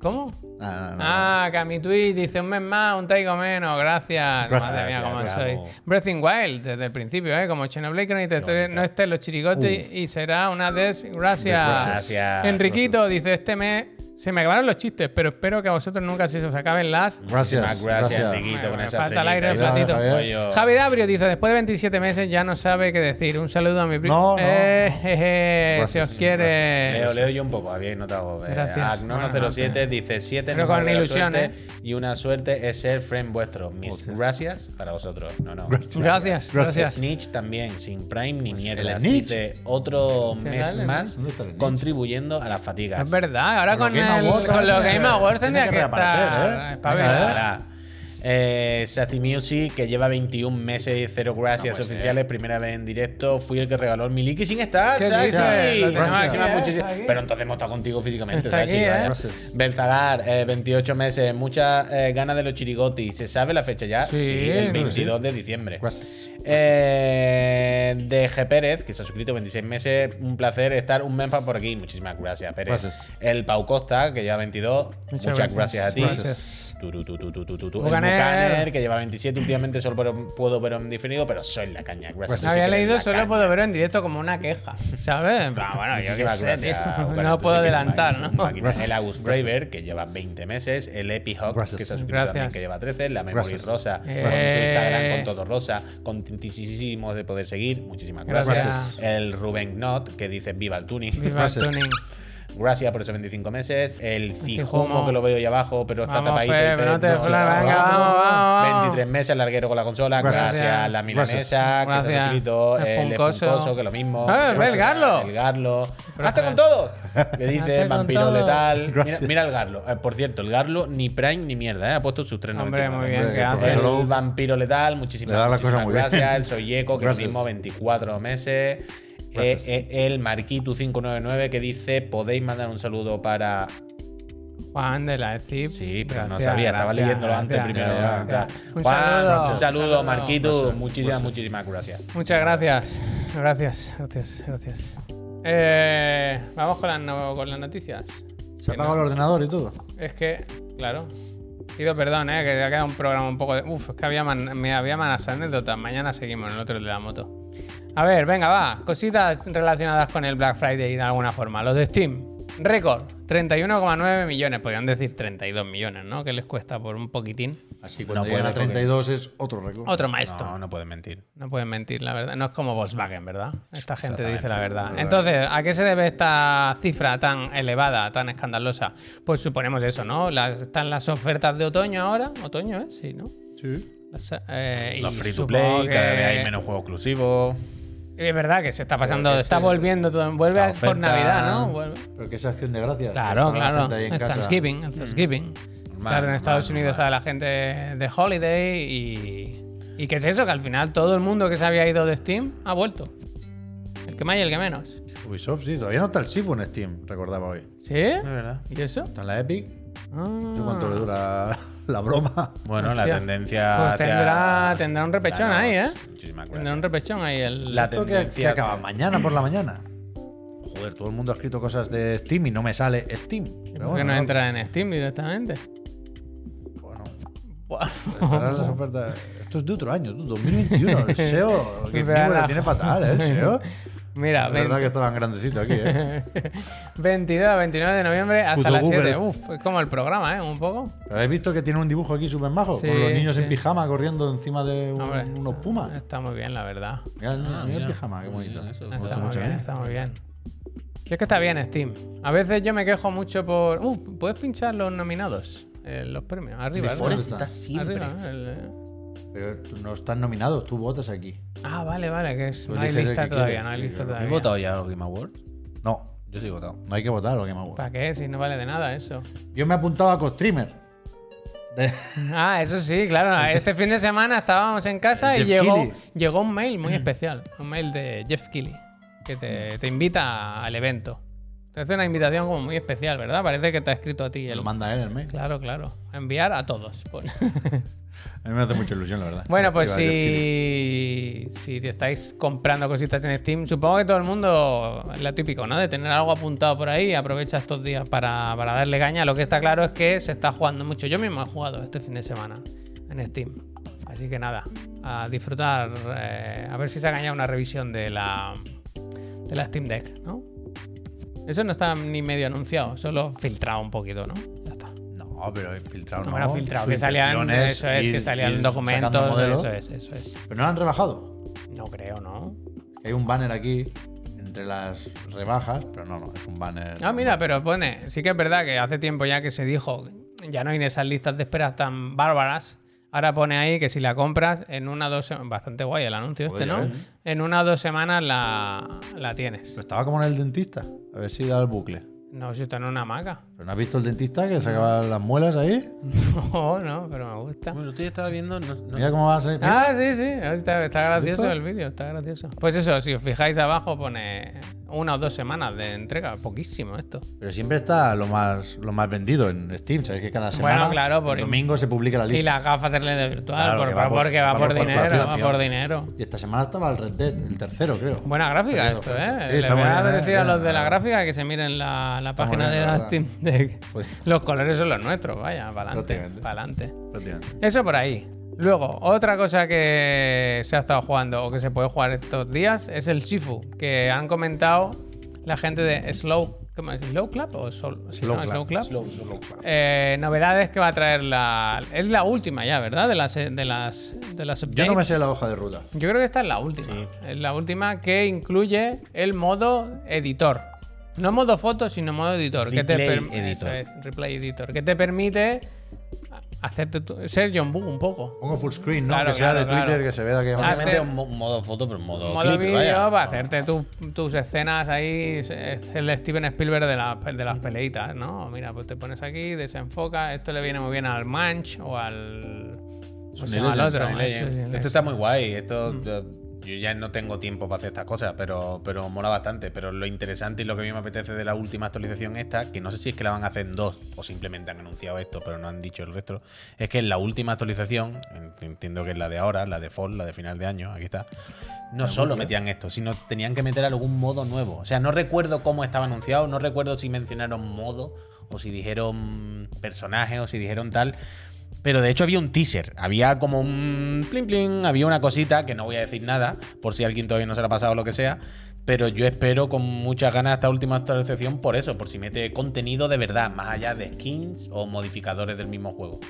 ¿Cómo?
Ah, no, no.
Ah, Cami Twitch dice un mes más, un taigo menos, gracias.
Gracias,
Madre mía, cómo
gracias.
soy. Breath in Wild, desde el principio, ¿eh? Como Xenoblade Chronicles 3 no estén los chirigotes y será una desgracia.
Gracias.
Enriquito dice, este mes se me acabaron los chistes, pero espero que a vosotros nunca se os acaben las...
Gracias.
Muchísimas gracias,
gracias.
Enriquito, con
me
esa
falta el aire, el platito.
estrellita. Cuidado,
Javier.
Javi Dabrio dice, después de 27 meses ya no sabe qué decir. Un saludo a mi primo.
No, no, no.
si
Gracias,
os quiere...
Leo, leo yo un poco, había notado.
Gracias. Buenas noches.
0907 dice 7
Pero con ¿eh?
número de la
ilusión,
suerte, Y una suerte es ser friend vuestro. Mis gracias para vosotros. No, no.
Gracias. Pues
Gracias, gracias.
Snitch también, sin Prime ni mierda.
Snitch?
Dice otro
Sí,
mes
dale,
más
¿dónde está el Snitch?
contribuyendo a las fatigas.
Es verdad, ahora
Con
con,
los Game
el-
Awards,
con
ahora
los
tiene
Game
que-
Awards
tiene
tendría
que
que,
reaparecer,
estar
¿eh?
espabilado.
Venga,
Ahora, Eh, Sassy Music, que lleva 21 meses, cero gracias
No puede
oficiales, primera vez en directo. Fui el que regaló el Miliki sin estar,
¿Qué
Sassy.
dices? Lo
tenemos
Gracias,
aquí,
muchísimas-
¿eh?
muchísimas-
Está aquí.
Pero entonces hemos estado contigo físicamente,
Está
Sassy,
aquí,
vaya.
¿eh?
Gracias.
Berzagar, eh, 28 meses, muchas eh, ganas de los chirigoti. ¿Se sabe la fecha ya?
Sí,
el
creo que sí.
22 de diciembre.
Gracias.
Eh, de G. Pérez, que se ha suscrito 26 meses. Un placer estar un mes pa- por aquí. Muchísimas gracias, Pérez.
Gracias.
El Pau Costa, que lleva 22. Muchas,
Muchas
gracias.
gracias.
a ti.
Gracias.
Tu, tu, tu, tu, tu, tu, tu, tu. El
Bucaner.
Bucaner, que lleva 27. Últimamente solo pero- puedo ver en diferido, pero soy la caña. Gracias.
Había
Sí que eres
leído
la
solo
caña. Ah,
puedo verlo en directo como una queja, ¿sabes? En plan, bueno, yo qué
Muchísimas
sé,
gracias,
tío.
Bucaner,
*laughs* No
tú
puedo
sí que eres
adelantar,
máquina,
¿no? *laughs*
máquina.
Gracias.
El Agus
Gracias.
Draver, que lleva 20 meses. El Epihawk,
Gracias.
que se ha suscrito también,
Gracias.
que lleva 13. La Memory
Gracias.
Rosa, con su
Eh.
Instagram con todo rosa. Contentísimos de poder seguir. Muchísimas
Gracias.
gracias. El Rubén Knot, que dice viva el tuning.
Viva el
Gracias.
tuning.
Gracias por esos 25 meses. El Cijomo,
Cijomo.
que lo veo ahí abajo, pero está
Este Vamos,
tapadito.
Pep,
y te-
no te
no se
flores,
va.
venga, vamos, vamos, vamos.
23 meses, larguero con la consola. Gracias.
Gracias.
La milanesa,
Gracias.
que se ha suscrito. eh,
El
El
Puncoso.
Puncoso, que lo mismo.
Ah, el
Gracias.
Garlo.
El Garlo.
Pero
¡Hasta
está-
con todo!
*laughs*
Que
Hazte
dice
con
vampiro
todo.
letal. Mira,
Gracias.
mira el Garlo. Eh, por cierto, el Garlo ni Prime ni mierda, ¿eh? Ha puesto sus tres
Hombre,
99.
muy bien,
Hombre,
que
por
haces.
eso lo-
El vampiro letal, muchísimas,
Le da la
muchísimas
cosa muy bien.
gracias. El Soyeco, que
Gracias.
mismo 24 meses. Eh,
Gracias.
eh, el Marquitu599, que dice: Podéis mandar un saludo para.
Juan de la ECIP.
Sí, pero no
Gracias,
sabía, estaba
gracias,
leyéndolo antes
gracias.
primero.
Ya,
ya.
Juan,
Un
un
saludo.
saludo,
Saludo.
Marquitu.
Gracias,
Muchísimas,
gracias.
muchísimas gracias.
Muchas gracias. Gracias, gracias, gracias. Eh, vamos con las, no- con las noticias.
Se ha
Que no-
apagado el ordenador y todo.
Es que, claro. Pido perdón, eh, que ha quedado un programa un poco de. Uf, es que había man- me había malas anécdotas. Mañana seguimos en el otro de la moto. A ver, venga, va. Cositas relacionadas con el Black Friday de alguna forma. Los de Steam. Récord, 31,9 millones. Podrían decir 32 millones, ¿no? Que les cuesta por un poquitín.
Así
cuando
cuando
llegan
llegan
a
a 32 es otro récord.
Otro maestro.
No, no pueden mentir.
No pueden mentir, la verdad. No es como Volkswagen, ¿verdad? Esta gente dice la verdad.
verdad.
Entonces, ¿a qué se debe esta cifra tan elevada, tan escandalosa? Pues suponemos eso, ¿no? Las- están las ofertas de otoño ahora. ¿Otoño es? Sí, ¿no?
Sí.
Las, eh,
Los
y
free to
supongo
play, cada
que-
vez hay menos juegos exclusivos.
Es verdad que se está pasando,
Creo que
está
sí.
volviendo todo. Vuelve
La
a- por
oferta-
Navidad, ¿no? Vuelve-
Pero que es acción de gracias.
Claro,
Para la gente
claro.
ahí en
El
casa. Mm.
Thanksgiving, el Thanksgiving.
Normal,
claro, en Estados
normal,
Unidos
normal.
a la gente de holiday y. ¿Y qué es eso? Que al final todo el mundo que se había ido de Steam ha vuelto. El que más y el que menos.
Ubisoft, sí. Todavía no está el Sifu en Steam, recordaba hoy.
¿Sí?
Es
Eh.
verdad.
¿Y eso?
Está en la Epic. No sé
Ah.
cuánto le dura *laughs* la broma.
Bueno, la
Hostia.
tendencia.
Pues
hacia-
tendrá- tendrá un repechón
Danos.
ahí, ¿eh?
Muchísimas
Tendrá
gracias.
un repechón ahí el.
La
¿Esto que,
tendencia-
acaba mañana por la mañana? Joder, todo el mundo ha escrito cosas de Steam y no me sale Steam. Pero
¿Por qué
bueno,
no entra en Steam directamente?
Bueno,
Buah.
estarán las ofertas. Esto es de otro año, tú,
*laughs*
2021. El SEO, que
Verá.
encima le tiene fatal, ¿eh?
*laughs*
El SEO.
Mira,
La verdad
20
que estaban grandecitos aquí, ¿eh?
22 a 29 de noviembre hasta
Puto
las
Google.
7. Uf, es como el programa, ¿eh? Un poco.
¿Pero habéis visto que tiene un dibujo aquí súper majo?
Sí,
con los niños
sí.
en pijama corriendo encima de un-
Hombre.
unos pumas.
Está muy bien, la verdad.
Mira, el- mira
mira.
el pijama, qué bonito.
Muy bien, eso.
Me
Ah,
gusta
Está muy
mucho,
bien,
¿eh?
está muy bien. Y es que está bien Steam. A veces yo me quejo mucho por. Uh, puedes pinchar los nominados, eh, los premios. Arriba,
The
arriba.
Forest está
Arriba, el- eh.
Pero tú- no están nominados, tú votas aquí.
Ah, vale, vale, que es.
Tú
No hay
eliges el
lista
Pues que
todavía,
quieres.
no hay lista
¿Has
todavía.
votado ya los Game Awards?
No,
Yo sí he votado.
no hay que votar lo que me ha gustado.
¿Para qué? Si no vale de nada eso.
Yo me he apuntado a Costreamer. De-
Ah, eso sí, claro.
*laughs*
Este fin de semana estábamos en casa y
Jeff
llegó,
Keighley.
llegó un mail
*clears throat*
muy especial. Un mail de Jeff Keighley que te, te invita al evento. Te hace una invitación como muy especial, ¿verdad? Parece que te ha escrito a
*laughs*
ti
Te
el
lo manda él el mail.
Claro, claro. Enviar a todos. pone.
A mí me hace mucha ilusión, la verdad.
bueno, pues
Iba a Dios quiere.
si, si estáis comprando cositas en Steam, supongo que todo el mundo es lo típico, ¿no? De tener algo apuntado por ahí, aprovecha estos días para, para darle caña. Lo que está claro es que se está jugando mucho. Yo mismo he jugado este fin de semana en Steam. Así que nada, a disfrutar, eh, a ver si se ha cañado una revisión de la, de la Steam Deck, ¿no? Eso no está ni medio anunciado, solo filtrado un poquito, ¿no? Ya está.
No, pero filtrado
No,
no.
bueno, filtrado,
Su
que salían,
intención
eso es, que
ir- ir
salían
sacando
documentos,
modelos.
eso es, eso es.
Pero no lo han rebajado.
No creo, ¿no?
Hay un banner aquí entre las rebajas, pero no, no, es un banner.
Ah, mira, pero pone, sí que es verdad que hace tiempo ya que se dijo, ya no hay esas listas de esperas tan bárbaras. Ahora pone ahí que si la compras en una o dos semanas, bastante guay el anuncio
Joder,
este,
ya ¿eh?
¿no?
ves.
En una o dos semanas la, la tienes.
Pero estaba como en el dentista. A ver si da el bucle.
No, si está en una hamaca. *laughs*
Pero ¿Pero no has visto el dentista que sacaba las muelas ahí?
No, no, pero me gusta.
Bueno, tú ya estaba viendo. no- no-
Mira cómo va a ser.
Ah, sí, sí, está, está gracioso
¿Listo?
el vídeo, está gracioso. Pues eso, si os fijáis abajo pone una o dos semanas de entrega, poquísimo esto.
Pero siempre está lo más, lo más vendido en Steam. Sabes que cada semana,
claro, por-
el domingo se publica la
Y
lista.
las gafas de realidad virtual,
Claro,
por-
que va por-
porque va
va
por,
por
dinero, va
facturación.
por dinero.
Y esta semana estaba el Red Dead, el tercero, creo.
Buena gráfica
Perdido,
esto,
Frank.
¿eh?
Sí,
Le
está
voy
muy
a
bien, ¿eh?
decir a los de la
Está-
gráfica que se miren la, la
muy
página
bien,
de
la
la
verdad.
Steam Deck.
Joder.
*laughs* Los colores son los nuestros, vaya, para adelante.
Prácticamente. Prácticamente.
Eso por ahí. Luego, otra cosa que se ha estado jugando o que se puede jugar estos días es el Shifu, que han comentado la gente de Slow, ¿cómo es? ¿Slow Club o Sol- sí,
Slow
no,
Clap.
Slow Club?
Slow, slow.
Eh, novedades que va a traer la... Es la última ya, ¿verdad? De las... De las, de las
Yo no me
updates.
sé la hoja de ruta.
Yo creo que esta es la última. Es la última que incluye el modo editor. No modo foto, sino modo editor. que te
Replay
perm-
editor.
Eso es, replay editor. Que te permite hacerte tu- ser John Boo un poco.
Pongo full screen, ¿no?
Claro,
que sea
claro,
de Twitter,
claro.
que se vea que.
Ah,
Obviamente
hacer-
es un mo- modo foto, pero en modo,
modo
clip,
vídeo
vaya.
para hacerte tu- tus escenas ahí. Es es el Steven Spielberg de, las- de las peleitas, ¿no? Mira, pues te pones aquí, desenfoca. Esto le viene muy bien al Manch o al.
Pues
¿Cómo se llama el otro? Ah,
Sony Legends.
Eso, Mm.
Esto
eso.
está muy guay. Esto eh, yo ya no tengo tiempo para hacer estas cosas, pero, pero mola bastante. Pero lo interesante y lo que a mí me apetece de la última actualización esta, que no sé si es que la van a hacer en dos o simplemente han anunciado esto, pero no han dicho el resto, es que en la última actualización, en- entiendo que es la de ahora, la de fall, la de final de año, aquí está. No solo metían esto, sino tenían que meter algún modo nuevo. O sea, no recuerdo cómo estaba anunciado, no recuerdo si mencionaron modo o si dijeron personaje o si dijeron tal. Pero de hecho había un teaser, había como un plin plin, había una cosita que no voy a decir nada, por si alguien todavía no se la ha pasado o lo que sea. Pero yo espero con muchas ganas esta última actualización por eso, por si mete contenido de verdad, más allá de skins o modificadores del mismo juego.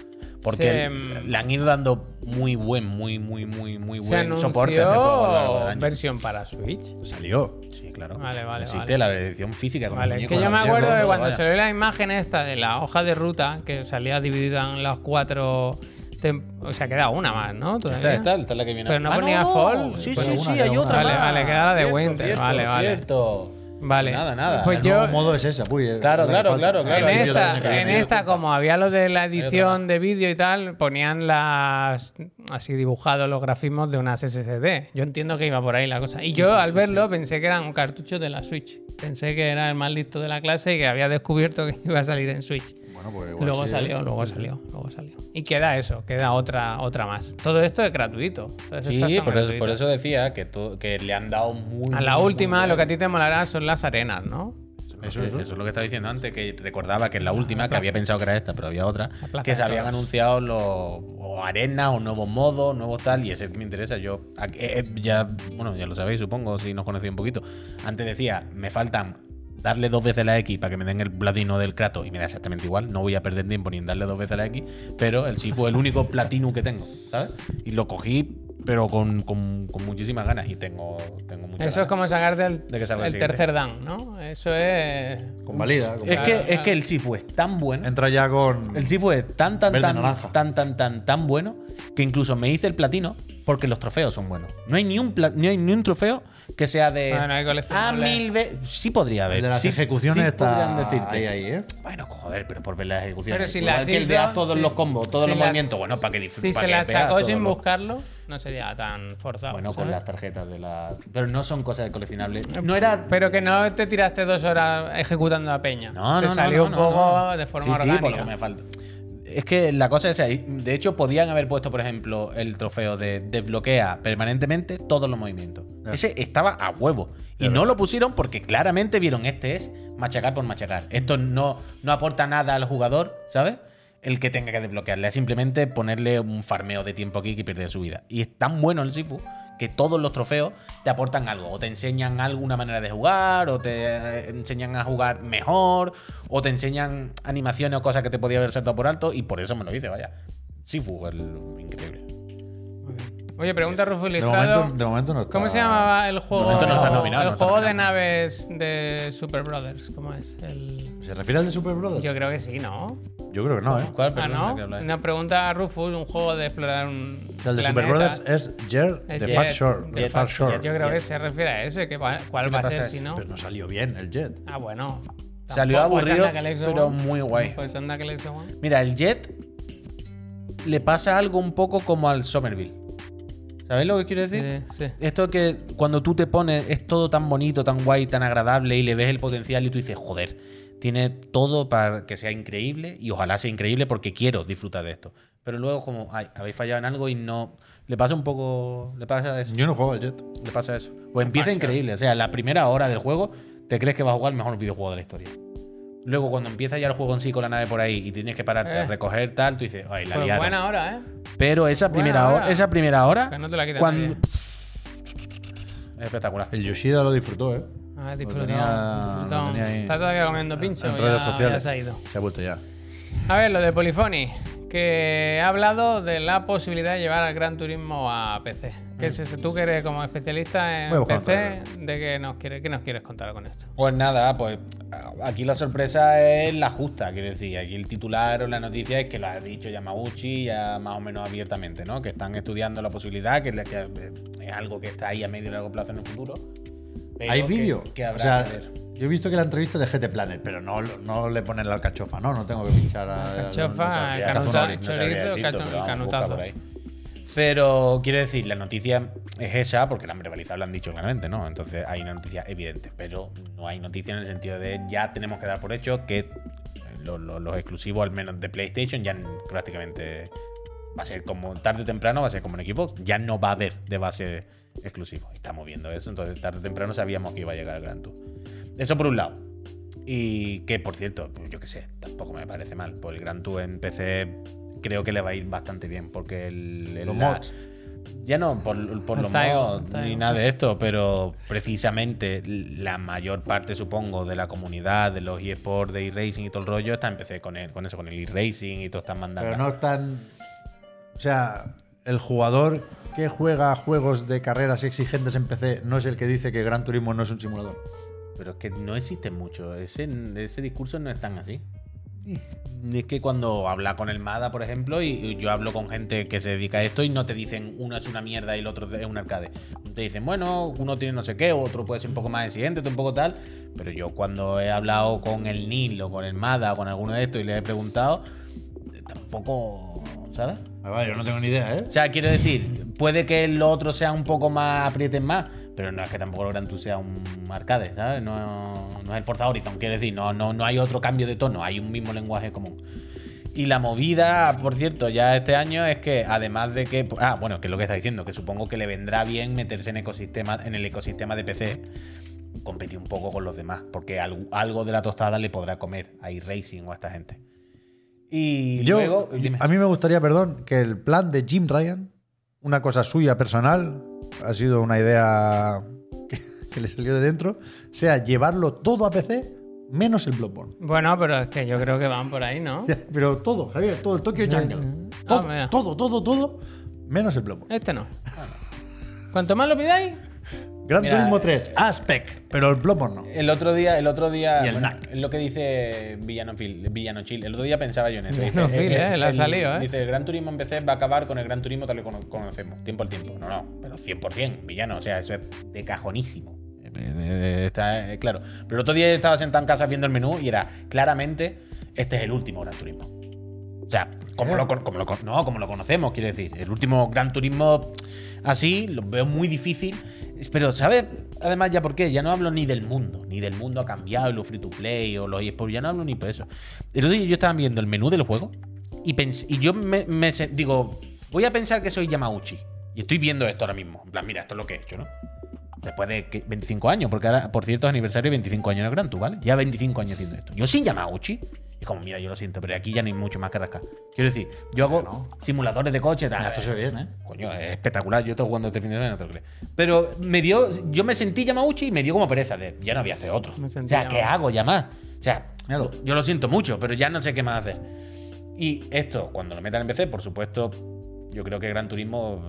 Porque
Se,
el-
mm,
le han ido dando muy buen, muy, muy, muy, muy
Se
buen soporte a este juego a lo largo del
anunció
año.
versión para Switch.
Salió.
Sí, claro.
Vale, vale,
Existe
vale.
la edición física con
Vale,
el
es que
muñeco,
yo
con
me
el muñeco,
acuerdo de
todo,
cuando
vaya.
salió la imagen esta de la hoja de ruta, que salía dividida en las cuatro. tem- O sea, queda una más, ¿no?
Esta,
Todavía.
esta, esta es la que viene. Ah,
Pero no ponía Fall.
Sí,
Pues
sí,
alguna,
sí, hay
alguna.
otra.
Vale,
más.
vale, que era la de
Cierto,
Winter.
cierto,
Vale, vale.
cierto.
Vale.
Nada, nada.
Pues
el
yo-
nuevo modo es esa, puy.
Claro,
la que
claro,
falta.
claro, claro.
en
hay otra
esta,
que viene,
en
hay
esta,
otra.
como había lo de la
otra
edición de vídeo y tal, ponían las así dibujados los grafismos de unas SSD. Yo entiendo que iba por ahí la cosa. Y yo al verlo pensé que eran cartuchos de la Switch. Pensé que era el más listo de la clase y que había descubierto que *laughs* iba a salir en Switch.
Bueno, pues igual
Luego
sí,
salió,
¿eh?
luego salió, luego salió. Y queda eso, queda otra, otra más. Todo esto es gratuito. Todas estas
Sí,
son
por eso,
gratuitas.
por eso decía que, todo- que le han dado muy.
A la
muy,
última,
muy
lo que a
bien.
ti te molará son las arenas, ¿no?
Eso, eso es lo que estaba diciendo antes, que recordaba que en la última, que había pensado que era esta, pero había otra,
La plaza
que se
de
habían
toros.
anunciado los o arenas o nuevos modos, nuevos tal, y ese me interesa. Yo a- eh, eh, ya, bueno, ya lo sabéis, supongo, si nos conocéis un poquito. Antes decía, me faltan darle dos veces la X para que me den el platino del Kratos, y me da exactamente igual, no voy a perder tiempo ni en darle dos veces la X, pero el sí fue
*laughs*
el único platino que tengo, ¿sabes? Y lo cogí, pero con, con, con muchísimas ganas, y tengo, tengo muchas
Eso es
ganas.
como sacarte el,
De que salga
el
el siguiente.
tercer dan, ¿no? Eso es.
Convalida.
Es
convalida.
que, es que el Sifu es tan bueno.
Entra ya con.
El Sifu es tan, tan,
Verde,
tan,
naranja.
tan, tan, tan, tan bueno que incluso me hice el platino porque los trofeos son buenos. No hay ni un, pla- ni hay ni un trofeo que sea de.
Bueno, hay
a
coleccionables.
mil veces. Sí podría haber.
El de las
sí-
ejecuciones
sí
está
podrían decirte.
ahí, ahí, ¿eh?
Bueno, joder, pero por ver las ejecuciones.
Pero si
Igual
las
que el de
hizo,
haz todos
sí.
los combos, todos
Si
los
las-
movimientos. Bueno, para que
Si
disfrutes.
se la sacó sin buscarlo, no sería tan forzado.
Bueno, con las
¿sabes?
tarjetas de la. Pero no son cosas de coleccionables. No era.
Pero que no te tiraste dos horas ejecutando a Peña.
No,
Te
no, no,
salió
no, no,
un poco
no.
de forma
Sí, sí,
orgánica.
por lo que me falta. Es que la cosa es esa. y De hecho, podían haber puesto, por ejemplo, el trofeo de desbloquea permanentemente todos los movimientos.
Ya.
Ese estaba a huevo. Y no lo pusieron porque claramente vieron este es machacar por machacar. Esto no, no aporta nada al jugador, ¿sabes? El que tenga que desbloquearle. Es simplemente ponerle un farmeo de tiempo aquí que pierde su vida. Y es tan bueno el Sifu que todos los trofeos te aportan algo. O te enseñan alguna manera de jugar, o te eh, enseñan a jugar mejor, o te enseñan animaciones o cosas que te podía haber saltado por alto. Y por eso me lo hice, vaya. Sifu, el increíble.
Muy bien. Oye, pregunta Rufus
De
Listrado.
momento, de momento no está.
¿Cómo se llamaba el juego?
momento no está nominado,
el
no está
juego de
nominado.
naves de Super Brothers. ¿Cómo es? El-
¿Se refiere al de Super Brothers?
Yo creo que sí, ¿no?
Yo creo que no, ¿eh?
¿Cuál?
Ah,
Perdón,
¿no?
¿de qué habláis?
Una pregunta a Rufus, un juego de explorar un.
O sea, El de Super
planeta.
Brothers es Jer
Es
The
Jet,
Far Shore.
de
The Far Shore.
Yo creo que se refiere a ese. Que va- ¿Cuál va a ser si no?
Pero no salió bien el Jet.
Ah, bueno. Está
Salió
Tampoco es
aburrido,
Anda que Alexa
pero
Wong.
muy guay.
Pues anda que Alexa Wong.
Mira, el Jet le pasa algo un poco como al Somerville. ¿Sabéis lo que quiero decir?
Sí, sí.
Esto que cuando tú te pones es todo tan bonito, tan guay, tan agradable y le ves el potencial y tú dices, joder, tiene todo para que sea increíble y ojalá sea increíble porque quiero disfrutar de esto. Pero luego como, ay, habéis fallado en algo y no... Le pasa un poco... Le pasa eso.
Yo no juego al Jet.
Le pasa eso. O empieza increíble. O sea, la primera hora del juego te crees que vas a jugar el mejor videojuego de la historia. Luego cuando empieza ya el juego en sí con la nave por ahí y tienes que pararte a
Eh.
recoger tal, tú dices, ay, la
Pues
liaron".
buena hora, ¿eh?
Pero esa
Buena
primera, hora,
hora.
esa primera hora...
Que no te la quita
cuando-
nadie.
Es espectacular.
El Yoshida lo disfrutó, ¿eh?
Ah,
Lo tenía-
disfrutado.
lo tenía ahí
Está todavía comiendo pincho.
en
ya-
redes sociales.
ya se ha ido.
Se ha vuelto ya.
A ver, lo de Polifoni, que ha hablado de la posibilidad de llevar al Gran Turismo a PC. ¿Qué
Mm.
es eso? Tú que eres como especialista
Voy a
en
buscar
PC, ¿de qué nos, quieres, qué nos quieres contar con esto?
Pues nada, pues aquí la sorpresa es la justa, quiero decir. Aquí el titular o la noticia es que lo ha dicho Yamauchi ya más o menos abiertamente, ¿no? Que están estudiando la posibilidad, que es, la- que eh, es algo que está ahí a medio y largo plazo en el futuro. Pero
¿Hay
que-
vídeo?
que habrá
o sea,
que ver.
yo he visto que la entrevista es de GT Planet, pero no, no le ponen la alcachofa, ¿no? No tengo que pinchar a.
Alcachofa,
no
Ah,
sabría.
alcachofa.
Cazador Orix.
No sabría
chorizo,
decirlo,
cacho-
pero vamos,
canutazo.
busca por ahí. Pero quiero decir, la noticia es esa, porque la han verbalizado, la han dicho claramente, ¿no? Entonces hay una noticia evidente, pero no hay noticia en el sentido de ya tenemos que dar por hecho que lo- lo- los exclusivos, al menos de PlayStation, ya prácticamente va a ser como tarde o temprano, va a ser como en Xbox, ya no va a haber de base exclusivo. Estamos viendo eso, entonces tarde o temprano sabíamos que iba a llegar el Gran Tour. Eso por un lado. Y que, por cierto, pues, yo qué sé, tampoco me parece mal. Por el Gran Tour en PC creo que le va a ir bastante bien. Porque el. el-
Los
la-
mods.
Ya no por, por los
Está bien,
mods
está
ni
bien.
nada de esto, pero precisamente la mayor parte, supongo, de la comunidad, de los eSports, de eRacing y todo el rollo, está en PC con, el, con eso, con el eRacing y todo están mandando.
Pero no están. O sea, el jugador que juega juegos de carreras exigentes en PC no es el que dice que Gran Turismo no es un simulador.
Pero es que no existe mucho. Ese, ese discurso no es tan así. Es que cuando habla con el Mada, por ejemplo, y- y yo hablo con gente que se dedica a esto y no te dicen uno es una mierda y el otro es un arcade. Te dicen, bueno, uno tiene no sé qué, otro puede ser un poco más exigente, otro un poco tal. Pero yo cuando he hablado con el Nil o con el Mada o con alguno de estos y les he preguntado, eh, tampoco, ¿sabes?
yo no tengo ni idea, ¿eh?
O sea, quiero decir, puede que el otro sea un poco más aprieten más, pero no es que tampoco el Gran Tour sea un arcade, ¿sabes? No, no es el Forza Horizon, quiero decir, no, no, no hay otro cambio de tono, hay un mismo lenguaje común. Y la movida, por cierto, ya este año es que además de que. Ah, bueno, que es lo que está diciendo, que supongo que le vendrá bien meterse en ecosistema, en el ecosistema de PC, competir un poco con los demás, porque al- algo de la tostada le podrá comer a Racing o a esta gente. Y
Yo,
luego. dime.
a mí me gustaría, perdón, que el plan de Jim Ryan, una cosa suya personal, ha sido una idea *laughs* que, que le salió de dentro, sea llevarlo todo a PC menos el Bloodborne.
Bueno, pero es que yo creo que van por ahí, ¿no?
Pero todo, Javier, todo el Tokyo Jungle.
Ah,
Todo,
mira.
todo, todo, todo, menos el Bloodborne.
Este no. Cuanto más lo pidáis,
Gran
Mira,
Turismo 3, Aspect, pero el Bloodborne no.
El otro día, el otro día.
Y el
bueno,
Knack.
es lo que dice Villanochil. Villanochil. El otro día pensaba yo en eso.
Villano
Dice,
Phil, eh, le ha salido, eh.
Dice, el Gran Turismo en PC va a acabar con el Gran Turismo tal y como lo conocemos. Tiempo al tiempo. No, no, pero 100%, Villano. O sea, eso es de cajonísimo. Eh, eh, Está eh, claro. Pero el otro día estaba sentado en casa viendo el menú y era claramente, este es el último Gran Turismo. O sea, como lo, con- como lo con- no, como lo conocemos, quiero decir. El último Gran Turismo así, lo veo muy difícil. Es- Pero, ¿sabes? Además, ya por qué, ya no hablo ni del mundo, ni del mundo ha cambiado, y los free to play o los eSports, ya no hablo ni por eso. El otro día yo estaba viendo el menú del juego y, pens- y yo me, me se- digo, voy a pensar que soy Yamauchi. Y estoy viendo esto ahora mismo. En plan, mira, esto es lo que he hecho, ¿no? Después de que- 25 años, porque ahora, por cierto, es aniversario de 25 años en el Gran Tour, ¿vale? Ya 25 años haciendo esto. Yo sin Yamauchi. Es como, mira, yo lo siento, pero aquí ya no hay mucho más que rascar. Quiero decir, yo hago simuladores de coches, tal.
Ah, Esto se ve bien, ¿eh?
Coño, es espectacular. Yo estoy jugando este fin de semana, no te lo crees. Pero me dio. Yo me sentí Yamauchi y me dio como pereza de. Ya no voy a hacer otro.
Me
o
sentí
sea, ¿qué
Yamauchi.
hago ya más? O sea,
Míralo.
yo lo siento mucho, pero ya no sé qué más hacer. Y esto, cuando lo metan en PC, por supuesto, yo creo que Gran Turismo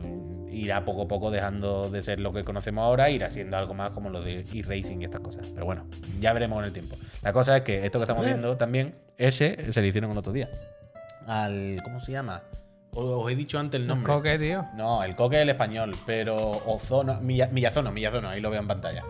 irá poco a poco dejando de ser lo que conocemos ahora, irá siendo algo más como lo de e-racing y estas cosas. Pero bueno, ya veremos con el tiempo. La cosa es que esto que estamos viendo también, ese se le hicieron el otro día. Al. ¿Cómo se llama? Os, os he dicho antes el nombre.
coque, tío.
No, el coque es el español, pero Ozono, Milla- Millazono, Millazono, ahí lo veo en pantalla.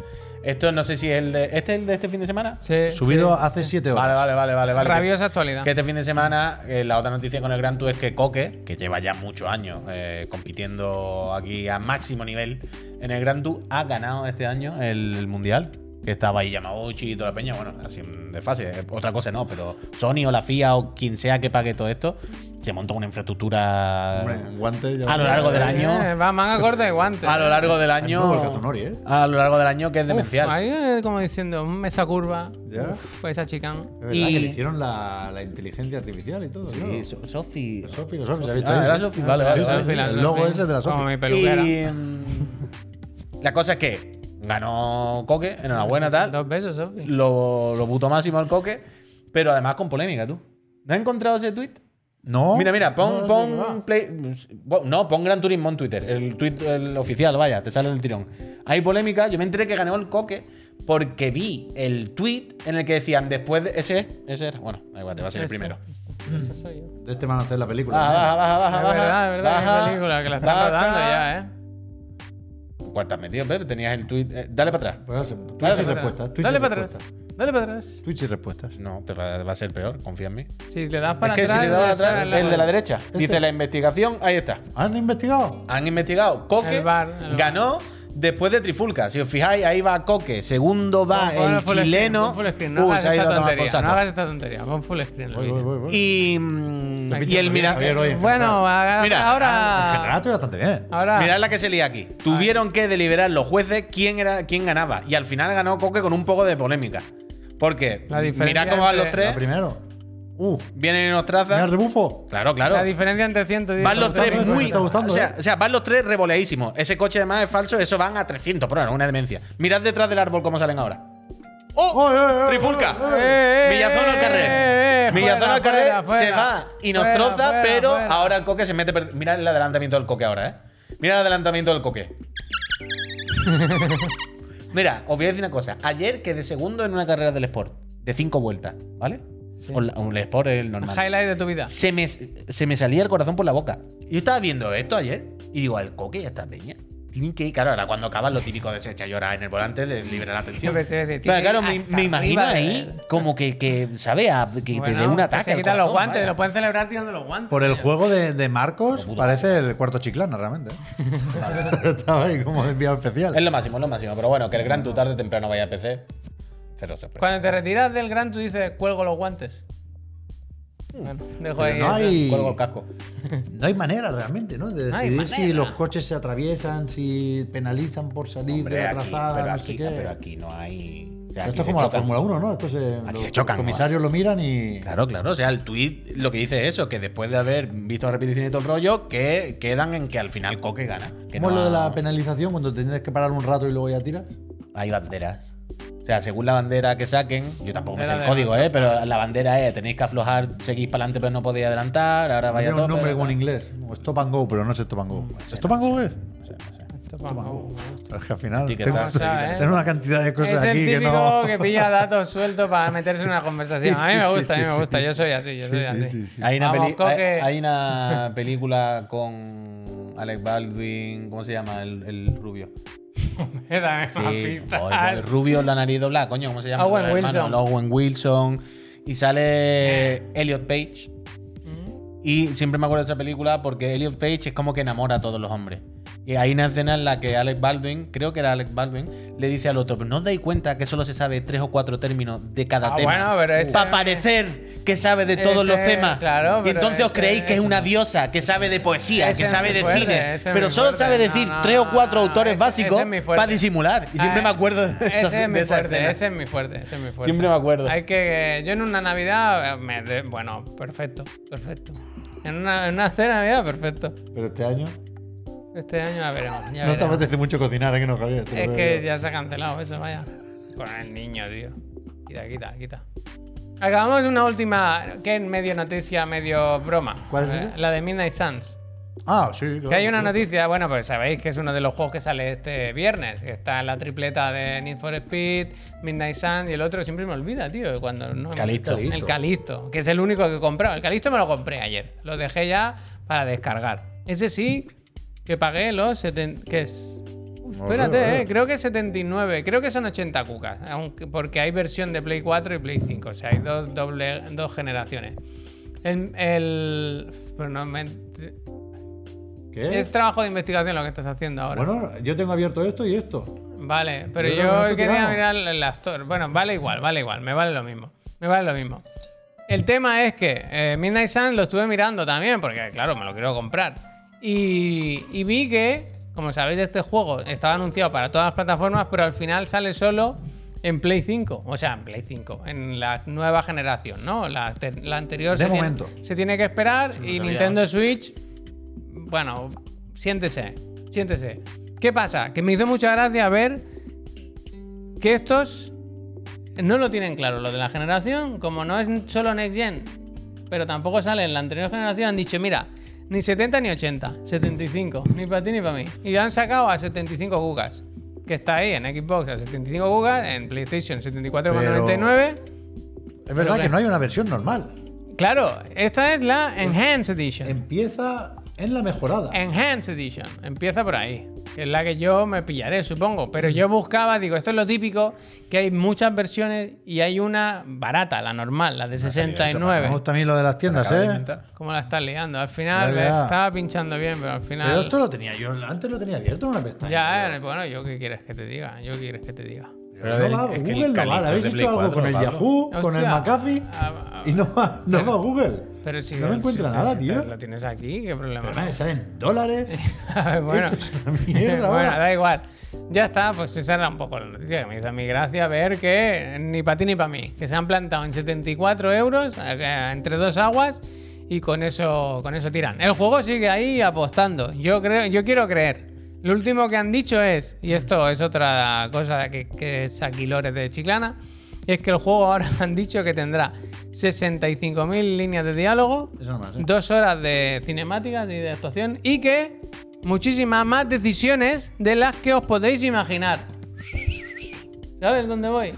Esto no sé si es el de. ¿Este es el de este fin de semana?
Sí,
Subido
sí.
hace 7 horas.
Vale, vale, vale, vale, vale.
Rabiosa actualidad.
Que este fin de semana, eh, la otra noticia con el Gran Tour es que Coque, que lleva ya muchos años eh, compitiendo aquí a máximo nivel en el Gran Tour, ha ganado este año el Mundial. Que estaba ahí Yamauchi y toda la peña, bueno, así de fácil. Eh, Otra cosa no, pero Sony o la FIA o quien sea que pague todo esto, se monta una infraestructura
Hombre, en guante ya-
a lo largo del
Eh,
año.
va,
*laughs*
manga corta y guante.
A lo largo del año.
nuevo el Cazunori, ¿eh?
A lo largo del año que es demencial.
Ahí eh, como diciendo, mm, esa curva,
Ya.
uf, pues esa chicán.
Es verdad
Y-
que le hicieron la, la inteligencia artificial y todo.
Sí,
claro.
So- Sofi.
Sofi, la Sofi, ¿la viste
Ah,
ahí?
era
Sí.
Sofi, vale, vale.
Sí,
vale.
Sofi, El logo ese es de la Sofi.
Como mi peluquera.
Y, mm, la cosa es que ganó Coque, enhorabuena, tal.
Dos besos, Sofi.
Lo, lo puto máximo al Coque, pero además con polémica, tú. ¿No has encontrado ese tweet?
No.
Mira, mira, pon,
no, no,
pon
no, no.
Play- pon- no, pon Gran Turismo en Twitter, el tweet el oficial, vaya, te sale el tirón. Hay polémica, yo me enteré que ganó el coque porque vi el tweet en el que decían después de ese, ese era, bueno, da igual, te va a ser el
Ese.
primero.
Ese soy yo.
De este van a hacer la película.
Baja, baja, baja, baja,
es verdad,
baja,
es verdad, que
baja,
es película, que la están
baja.
rodando ya, ¿eh?
¿Cuál te has metido, Pepe? Tenías el tweet, eh, dale para atrás.
Pues, Twitch
Dale
y
para atrás.
respuestas. Twitch
Dale
y
para atrás.
respuestas.
Dale para atrás.
Twitch y respuestas.
No, te va, va a ser peor, confía en mí.
Si le das
Es
para
que si
atrás.
le daba
debe ser
atrás, el de la derecha, dice
Este.
la investigación, ahí está.
¿Han investigado?
Han investigado. Coque
El VAR, el VAR.
ganó después de Trifulca. Si os fijáis, ahí va Coque. Segundo va
Pon- pon
el
full screen,
chileno.
pon full screen, No
Uh,
hagas
se ha ido
esta
a tomar por
tontería.
saco.
No hagas esta tontería. Pon full screen. el
Voy,
vídeo.
voy, voy, voy.
Y, mm,
Aquí
y el
Javier,
mira,
Javier, oye.
Bueno, a-
Mira,
En general
ahora.
estoy bastante bien.
Ahora.
mirad la que se lía aquí. Tuvieron que deliberar los jueces quién era quién ganaba. Y al final ganó Coque con un poco de polémica. Porque
La diferencia
mirad cómo van
entre-
los
La
tres.
primero. Uh,
Vienen y nos
mira
trazan.
el rebufo.
Claro, claro.
La diferencia entre 110
Van los tres
gustando, me
muy.
está gustando,
o, sea,
eh.
o sea, van los tres revoleadísimos. Ese coche además es falso, eso van a 300 por hora, una demencia. Mirad detrás del árbol cómo salen ahora. ¡Oh!
¡Oh, eh, eh,
¡Trifulca!
eh, eh,
Villazón al
eh, eh, eh,
carrer. Villazón
fuera,
al carrer
fuera, fuera.
se va y nos
Fuera,
troza,
fuera,
pero
fuera.
ahora el coque se mete. per- Mirad el adelantamiento del coque ahora, ¿eh? Mirad el adelantamiento
*laughs*
del coque. Mira, os voy a decir una cosa. Ayer quedé segundo en una carrera del Sport, de cinco vueltas, ¿vale? O la- o El Sport es el normal
Highlight de tu vida.
se me, se me salía el corazón por la boca. Yo estaba viendo esto ayer y digo, al coque ya está peña. Tienen que ir, claro, ahora cuando acaban lo típico de se echa a llorar en el volante, les libera la
Yo
atención.
pensé decir,
Pero claro,
tiene
me,
hasta
me imagino
arriba de-
ahí como que, que ¿sabes? A- Que
Bueno,
te dé un
que
ataque.
Se
al
quitan los
corazón,
guantes,
vaya.
lo pueden celebrar tirando los guantes.
Por el juego de, de Marcos,
Hijo de puta.
parece el cuarto chiclana,
*laughs*
realmente. Estaba ahí como de enviado especial.
Es lo máximo, es lo máximo. Pero bueno, que el gran tu tarde o temprano vaya a PC. Cero sorpresa.
Cuando te retiras del gran, tú dices, cuelgo los guantes. Bueno, dejo
Pero
ahí.
no hay- Y-
Cuelgo el casco.
No hay manera realmente, ¿no? De
No hay
decidir si
manera.
los coches se atraviesan, si penalizan por salir
Hombre,
de la
aquí,
trazada,
pero,
no
aquí,
sé qué.
pero aquí no hay. o sea, aquí
Esto es
se
como la
chocan.
Fórmula 1, ¿no? Esto se,
Aquí
los
se chocan,
comisarios lo miran y.
Claro, claro. O sea, el tweet lo que dice eso, que después de haber visto la repetición y todo el rollo, que quedan en que al final Coque gana. Que
¿Cómo es
no
lo de
ha-
la penalización cuando tienes que parar un rato y luego ya tiras?
Hay banderas. O sea, según la bandera que saquen, yo tampoco me sé el
Bandera de
código, ¿eh? Pero la bandera es, tenéis que aflojar, seguís para adelante, pero no podéis adelantar, ahora vaya
Tiene
todo.
un nombre como en inglés. como Stop and go, pero no es stop and go. ¿Stop and go es?
Esto pa- Uf.
Es que al final.
Etiqueta,
Tengo, *laughs*
etiqueta.
tengo una cantidad de
Es
cosas
el
aquí que
típico *laughs*
no.
que pilla datos sueltos para meterse en una conversación. A mí
Sí,
me
sí,
gusta, a mí
sí,
me
sí,
gusta. Yo soy así, yo
Sí,
soy
sí,
así.
sí, sí.
Hay una,
Vamos,
peli-
Coque.
hay- hay una película con Alec Baldwin, ¿cómo se llama? El, el rubio.
*laughs* Dame *laughs*
Sí,
más
oigo, el
pistas.
rubio, la nariz doblada, coño, ¿cómo se llama?
Owen
El hermano,
Wilson. Eh.
el Owen Wilson. Y sale Elliot Page. Y siempre me acuerdo de esa película porque Elliot Page es como que enamora a todos los hombres. Y hay una escena en la que Alec Baldwin, creo que era Alec Baldwin, le dice al otro, pero no os dais cuenta que solo se sabe tres o cuatro términos de cada
Ah,
tema.
bueno, pero ese-
Para parecer que sabe de todos
ese,
los temas.
claro,
y
pero
entonces os
ese-
creéis que es
ese
una
no.
diosa, que sabe de poesía,
Ese
que
es
sabe
mi
de
fuerte,
cine.
ese es
Pero
mi
solo
fuerte.
sabe decir
No, no,
tres o cuatro
no,
autores
ese- ese es
básicos
mi fuerte.
para disimular. Y siempre
Ah,
me acuerdo de esa,
Ese es mi
de esa
fuerte,
escena.
ese es mi fuerte, ese es mi fuerte.
Siempre me acuerdo.
Hay que. Yo en una Navidad. eh, me de- bueno, perfecto, perfecto. En una, en una cena de Navidad, perfecto.
Pero este año.
Este año ya veremos. ya
No te
veremos.
apetece mucho cocinar, ¿eh? Que no, Javier. Te
Es
lo
que
digo.
ya se ha cancelado eso, vaya. Con el niño, tío. Quita, quita, quita. Acabamos de una última, que es medio noticia, medio broma.
¿Cuál es
Eh,
esa?
La de Midnight Suns.
Ah, sí, claro.
Que hay una
sí.
noticia, bueno, pues sabéis que es uno de los juegos que sale este viernes. que Está en la tripleta de Need for Speed, Midnight Suns y el otro siempre me olvida, tío. Cuando no,
Calixto.
El Calisto, que es el único que he comprado. El Calisto me lo compré ayer. Lo dejé ya para descargar. Ese sí que pagué los 70. ¿Qué es? Uy,
No lo sé,
Espérate,
vale.
eh, creo que 79, creo que son 80 cucas, aunque, porque hay versión de Play 4 y Play 5, o sea, hay dos, doble- dos generaciones. El, el- pero no me-
¿Qué?
es trabajo de investigación lo que estás haciendo ahora.
¿Eh? Bueno, yo tengo abierto esto y esto.
vale, pero
yo creo que no
yo,
te
quería
tiramos.
mirar el el Astor. Bueno, vale igual, vale igual, me vale lo mismo. Me vale lo mismo. El tema es que eh, Midnight Sun lo estuve mirando también, porque claro, me lo quiero comprar. Y, y vi que, como sabéis, este juego estaba anunciado para todas las plataformas, pero al final sale solo en Play 5. O sea, en Play 5, en la nueva generación, ¿no? La, te- la anterior
De
se,
momento.
Tiene, se tiene que esperar y
sabía.
Nintendo Switch, bueno, siéntese, siéntese. ¿Qué pasa? Que me hizo mucha gracia ver que estos no lo tienen claro, lo de la generación, como no es solo Next Gen, pero tampoco sale en la anterior generación, han dicho, mira, ni 70 ni 80, 75, ni para ti ni para mí. Y ya han sacado a 75 gigas, que está ahí en Xbox a 75 gigas, en PlayStation 74,99.
Es verdad
que-
que no hay una versión normal.
Claro, esta es la Enhanced Edition.
Empieza en la mejorada.
Enhanced Edition, empieza por ahí. que Es la que yo me pillaré, supongo. Pero yo buscaba, digo, esto es lo típico, que hay muchas versiones y hay una barata, la normal, la de
Me
69.
gusta a mí lo de las tiendas,
Acabo de
¿eh?
inventar.
¿Cómo la estás liando? Al final
Ya,
eh,
ya.
estaba pinchando bien, pero al
Pero
final...
esto lo tenía yo, antes lo tenía abierto en una pestaña.
Ya, eh, bueno, yo qué quieres que te diga, yo qué quieres que te diga.
Pero
Pero
no va,
del- es que el
Google no va.
Calixto
¿Le habéis
de Play
hecho algo
4,
con el
Pablo?
Yahoo, con el
Hostia.
McAfee?
Ah, ah,
Y no va, no
Pero-
va Google.
Pero si
no me encuentra
si-
nada,
si-
tío.
Lo tienes aquí, qué problema.
Pero nada, salen
*laughs*
dólares.
bueno,
Esto es una
*laughs*
mierda
bueno,
ahora.
da igual. Ya está, pues esa era un poco la noticia que me hizo a mí gracia ver que ni para ti ni para mí, que se han plantado en 74 euros eh, entre dos aguas y con eso, con eso tiran. El juego sigue ahí apostando. Yo creo, yo quiero creer. Lo último que han dicho es, y esto es otra cosa que, que es aquí Lores de Chiclana, es que el juego ahora *laughs* han dicho que tendrá 65.000 líneas de diálogo,
Eso no me lo sé.
dos horas de cinemáticas y de actuación y que muchísimas más decisiones de las que os podéis imaginar. ¿Sabes dónde voy?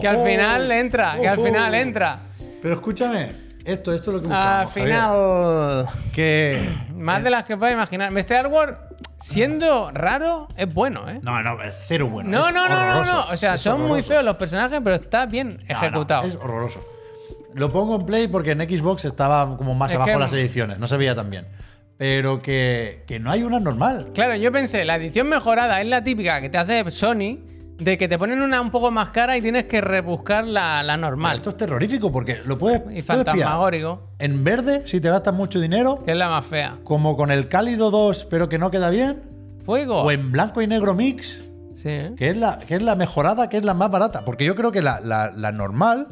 Que al final entra, que al final entra.
Pero escúchame, esto, esto es lo que
Al
buscamos, Javier. Eh.
final...
Que.
Más de las que podéis imaginar. Star Wars, siendo raro, es bueno, ¿eh?
No, no, es cero bueno.
No,
es
no, no, no,
horroroso,
no. O sea,
es
son muy
horroroso.
feos los personajes, pero está bien
No, no,
ejecutado.
es horroroso. Lo pongo en play porque en Xbox estaba como más
Es
abajo
que-
las ediciones, no se veía tan bien. Pero que, que no hay una normal.
Claro, yo pensé, la edición mejorada es la típica que te hace Sony, de que te ponen una un poco más cara y tienes que rebuscar la, la normal.
Esto es terrorífico porque lo puedes.
Y
puedes pillar
fantasmagórico,
en verde si te gastas mucho dinero,
que es la más fea.
como con el cálido 2, pero que no queda bien,
Fuego.
o en blanco y negro mix,
Sí, ¿eh?
que es la, que es la mejorada, que es la más barata. Porque yo creo que la, la- la normal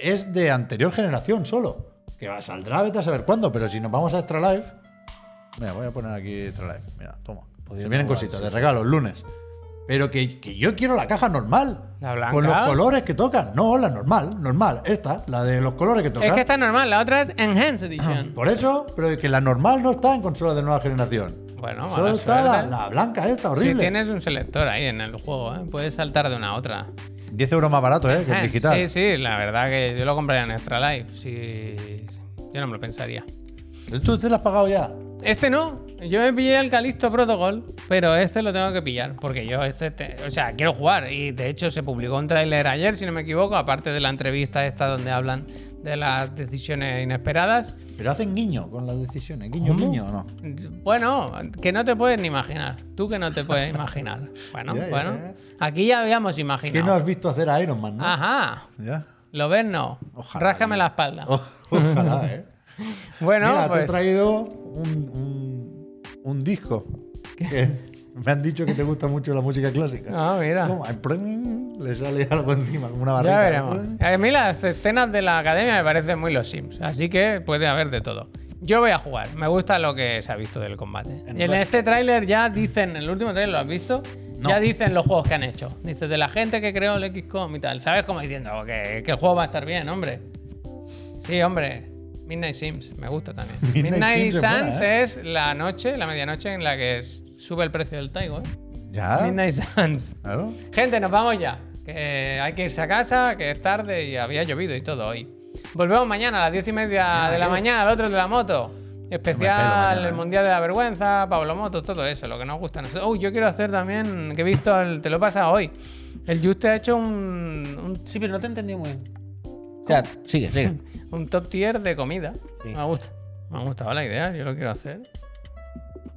es de anterior generación solo. Que va- saldrá, vete a saber cuándo, pero si nos vamos a Extra Life. Mira, voy a poner aquí Extra Life. Mira, toma. Se vienen cositas de regalo el lunes. Pero que, que yo quiero la caja normal.
¿La blanca?
Con los colores que tocan. No, la normal, normal. Esta, la de los colores que tocan.
Es que está normal, la otra es Enhanced Edition.
Por eso, pero que la normal no está en consolas de nueva generación.
Bueno,
pues, Solo
mala
está la,
suerte.
la blanca esta,
Si
horrible.
tienes un selector ahí en el juego, ¿eh? puedes saltar de una a otra.
10 euros más barato, ¿eh? Que
Ah,
el digital.
Sí, sí, la verdad que yo lo compraría en Extra Life. Si... Yo no me lo pensaría.
¿Tú te la has pagado ya?
Este no. Yo me pillé el Calixto Protocol, pero este lo tengo que pillar. Porque yo este, te- o sea, quiero jugar. Y de hecho se publicó un tráiler ayer, si no me equivoco, aparte de la entrevista esta donde hablan de las decisiones inesperadas.
Pero hacen guiño con las decisiones. Guiño,
¿Cómo?
guiño, ¿o no?
Bueno, que no te puedes ni imaginar. Tú que no te puedes imaginar.
*laughs*
Bueno,
Ya, ya,
bueno.
ya.
Aquí ya habíamos
Que no
imaginado.
has visto hacer a Iron Man, ¿no?
Ah. Ajá.
Ya.
¿Lo ves? No.
Ojalá,
Rájame
tío.
la espalda.
O- Ojalá, ¿eh?
Bueno,
Mira, te he
pues.
traído un, un, un disco. Que me han dicho que te gusta mucho la música clásica.
Ah, mira.
Toma, prrrn, le sale algo encima, como una
Ya
barrita.
veremos.
Prrrn.
A mí las escenas de la academia me parecen muy los Sims, así que puede haber de todo. Yo voy a jugar, me gusta lo que se ha visto del combate. Y en
Rust.
este tráiler ya dicen, en el último tráiler lo has visto,
No.
ya dicen los juegos que han hecho. Dice de la gente que creó el XCOM y tal. ¿Sabes cómo diciendo? "Oh, Que, que el juego va a estar bien, hombre. Sí, hombre. Midnight Sims, me gusta también.
*laughs* Midnight
Midnight
Sims es buena,
Suns
¿eh?
es la noche, la medianoche en la que es- sube el precio del Taigo. ¿eh?
Ya.
Midnight Suns.
Claro.
Gente, nos vamos ya. Que hay que irse a casa, que es tarde y había llovido y todo hoy. Volvemos mañana a las diez y media de la mañana al otro de la moto.
pelo
Especial,
¿eh?
mañana.
el Mundial de la Vergüenza, Pablo Motos, todo eso, lo que nos gusta. a nosotros. Oh, yo quiero hacer también, que he visto, el- te lo pasa hoy. El Juste ha hecho un,
Sí, pero no te entendí muy bien. O sea, sigue, sigue.
un, un top tier de comida.
Sí.
Me gusta. Me ha gustado la idea, yo lo quiero hacer.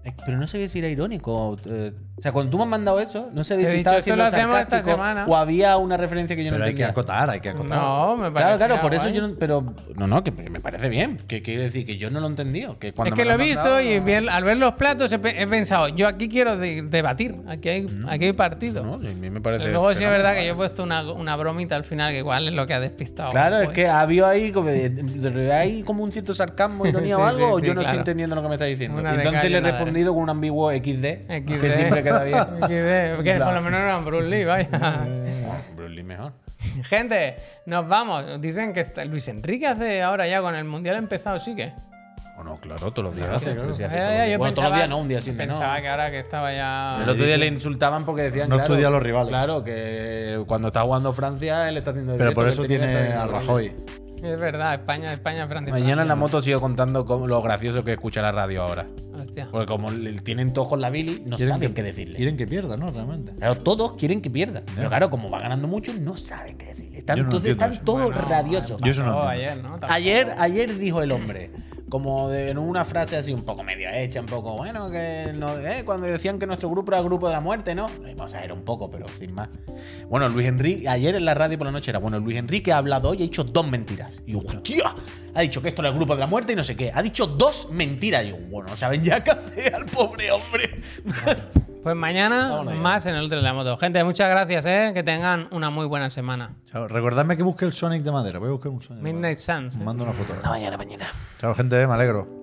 Eh, Pero no sabía si era irónico. eh, o sea, cuando tú me has mandado eso, no sabía
Te he
si
dicho,
estaba
esto
siendo
lo hacemos esta
sarcástico
semana.
o había una referencia que yo
Pero
no
hay que
entendía.
acotar, hay que acotar.
No, me parece.
Claro, claro, por eso yo
¿eh?
no. Pero. No, no, que me parece bien. Que quiere decir que yo no lo he entendido. Que cuando
Es que lo
me
he
han
visto
mandado,
y bien- al ver los platos he, pe- he pensado, yo aquí quiero de- debatir, aquí hay, aquí hay partido.
No, a mí me parece.
Luego sí es
fenomenal.
verdad que yo he puesto una, una bromita al final, que igual es lo que ha despistado.
Claro,
un
es
poco. *laughs*
que había ahí como, de- de- hay como un cierto sarcasmo, ironía
Sí,
o algo,
sí,
o
sí,
yo no
claro.
estoy entendiendo lo que me está diciendo.
Una de
Entonces
cal y
le he
una de
respondido con un ambiguo XD,
XD.
que siempre
*laughs*
queda bien.
XD, que por lo menos no eran Bruce Lee,
*laughs*
vaya.
Bueno, Bruce "Ah, Lee mejor.
Gente, nos vamos. Dicen que está- Luis Enrique hace ahora ya con el mundial empezado, sí que.
O no, claro, todos los días. hace, claro, sí hace
Ya, ya,
todos los
yo
días. Bueno, todos los
pensaba-
días no, un día sí, no.
Pensaba que ahora que estaba
El
ya.
otro día le insultaban porque decían
Ah, No
claro,
estudia a los rivales.
Claro, que cuando está jugando Francia, él está haciendo.
Pero
directo,
por
que
eso
tenía que estar
tiene
en
a
el-
Rajoy.
Es verdad, España, España, Francia.
Mañana en la
Francia.
moto sigo contando cómo- lo gracioso que escucha la radio ahora.
Hostia.
Porque como le- tienen todos con la Billy, no saben qué decirle.
quieren que pierda, ¿no? Realmente.
Claro, todos quieren que pierda. Pero claro, como va ganando mucho, no saben qué decirle. Están,
Yo no
todos,
entiendo
están
eso.
todos
Bueno,
rabiosos.
Yo eso no
Pasó
entiendo.
ayer, ¿no? Tampoco.
Ayer, ayer dijo el hombre, como de- en una frase así un poco media hecha, un poco, bueno, que no- eh, cuando decían que nuestro grupo era el grupo de la muerte, ¿no? Eh, O sea, era un poco, pero sin más. Bueno, Luis Enrique, ayer en la radio por la noche era, bueno, Luis Enrique ha hablado hoy y ha dicho dos mentiras. Y yo, hostia, ha dicho que esto era el grupo de la muerte y no sé qué. Ha dicho dos mentiras. Y yo, bueno, ¿saben ya qué hacer al pobre hombre?
Pues mañana
Vámonos ya.
más en el otro de la moto. Gente, muchas gracias, ¿eh? Que tengan una muy buena semana.
Chao, recordadme que busque el Sonic de madera. Voy a buscar un Sonic. de madera.
Midnight Suns. ¿eh?
Mando una foto.
Hasta mañana, mañana.
Chao, gente, me alegro.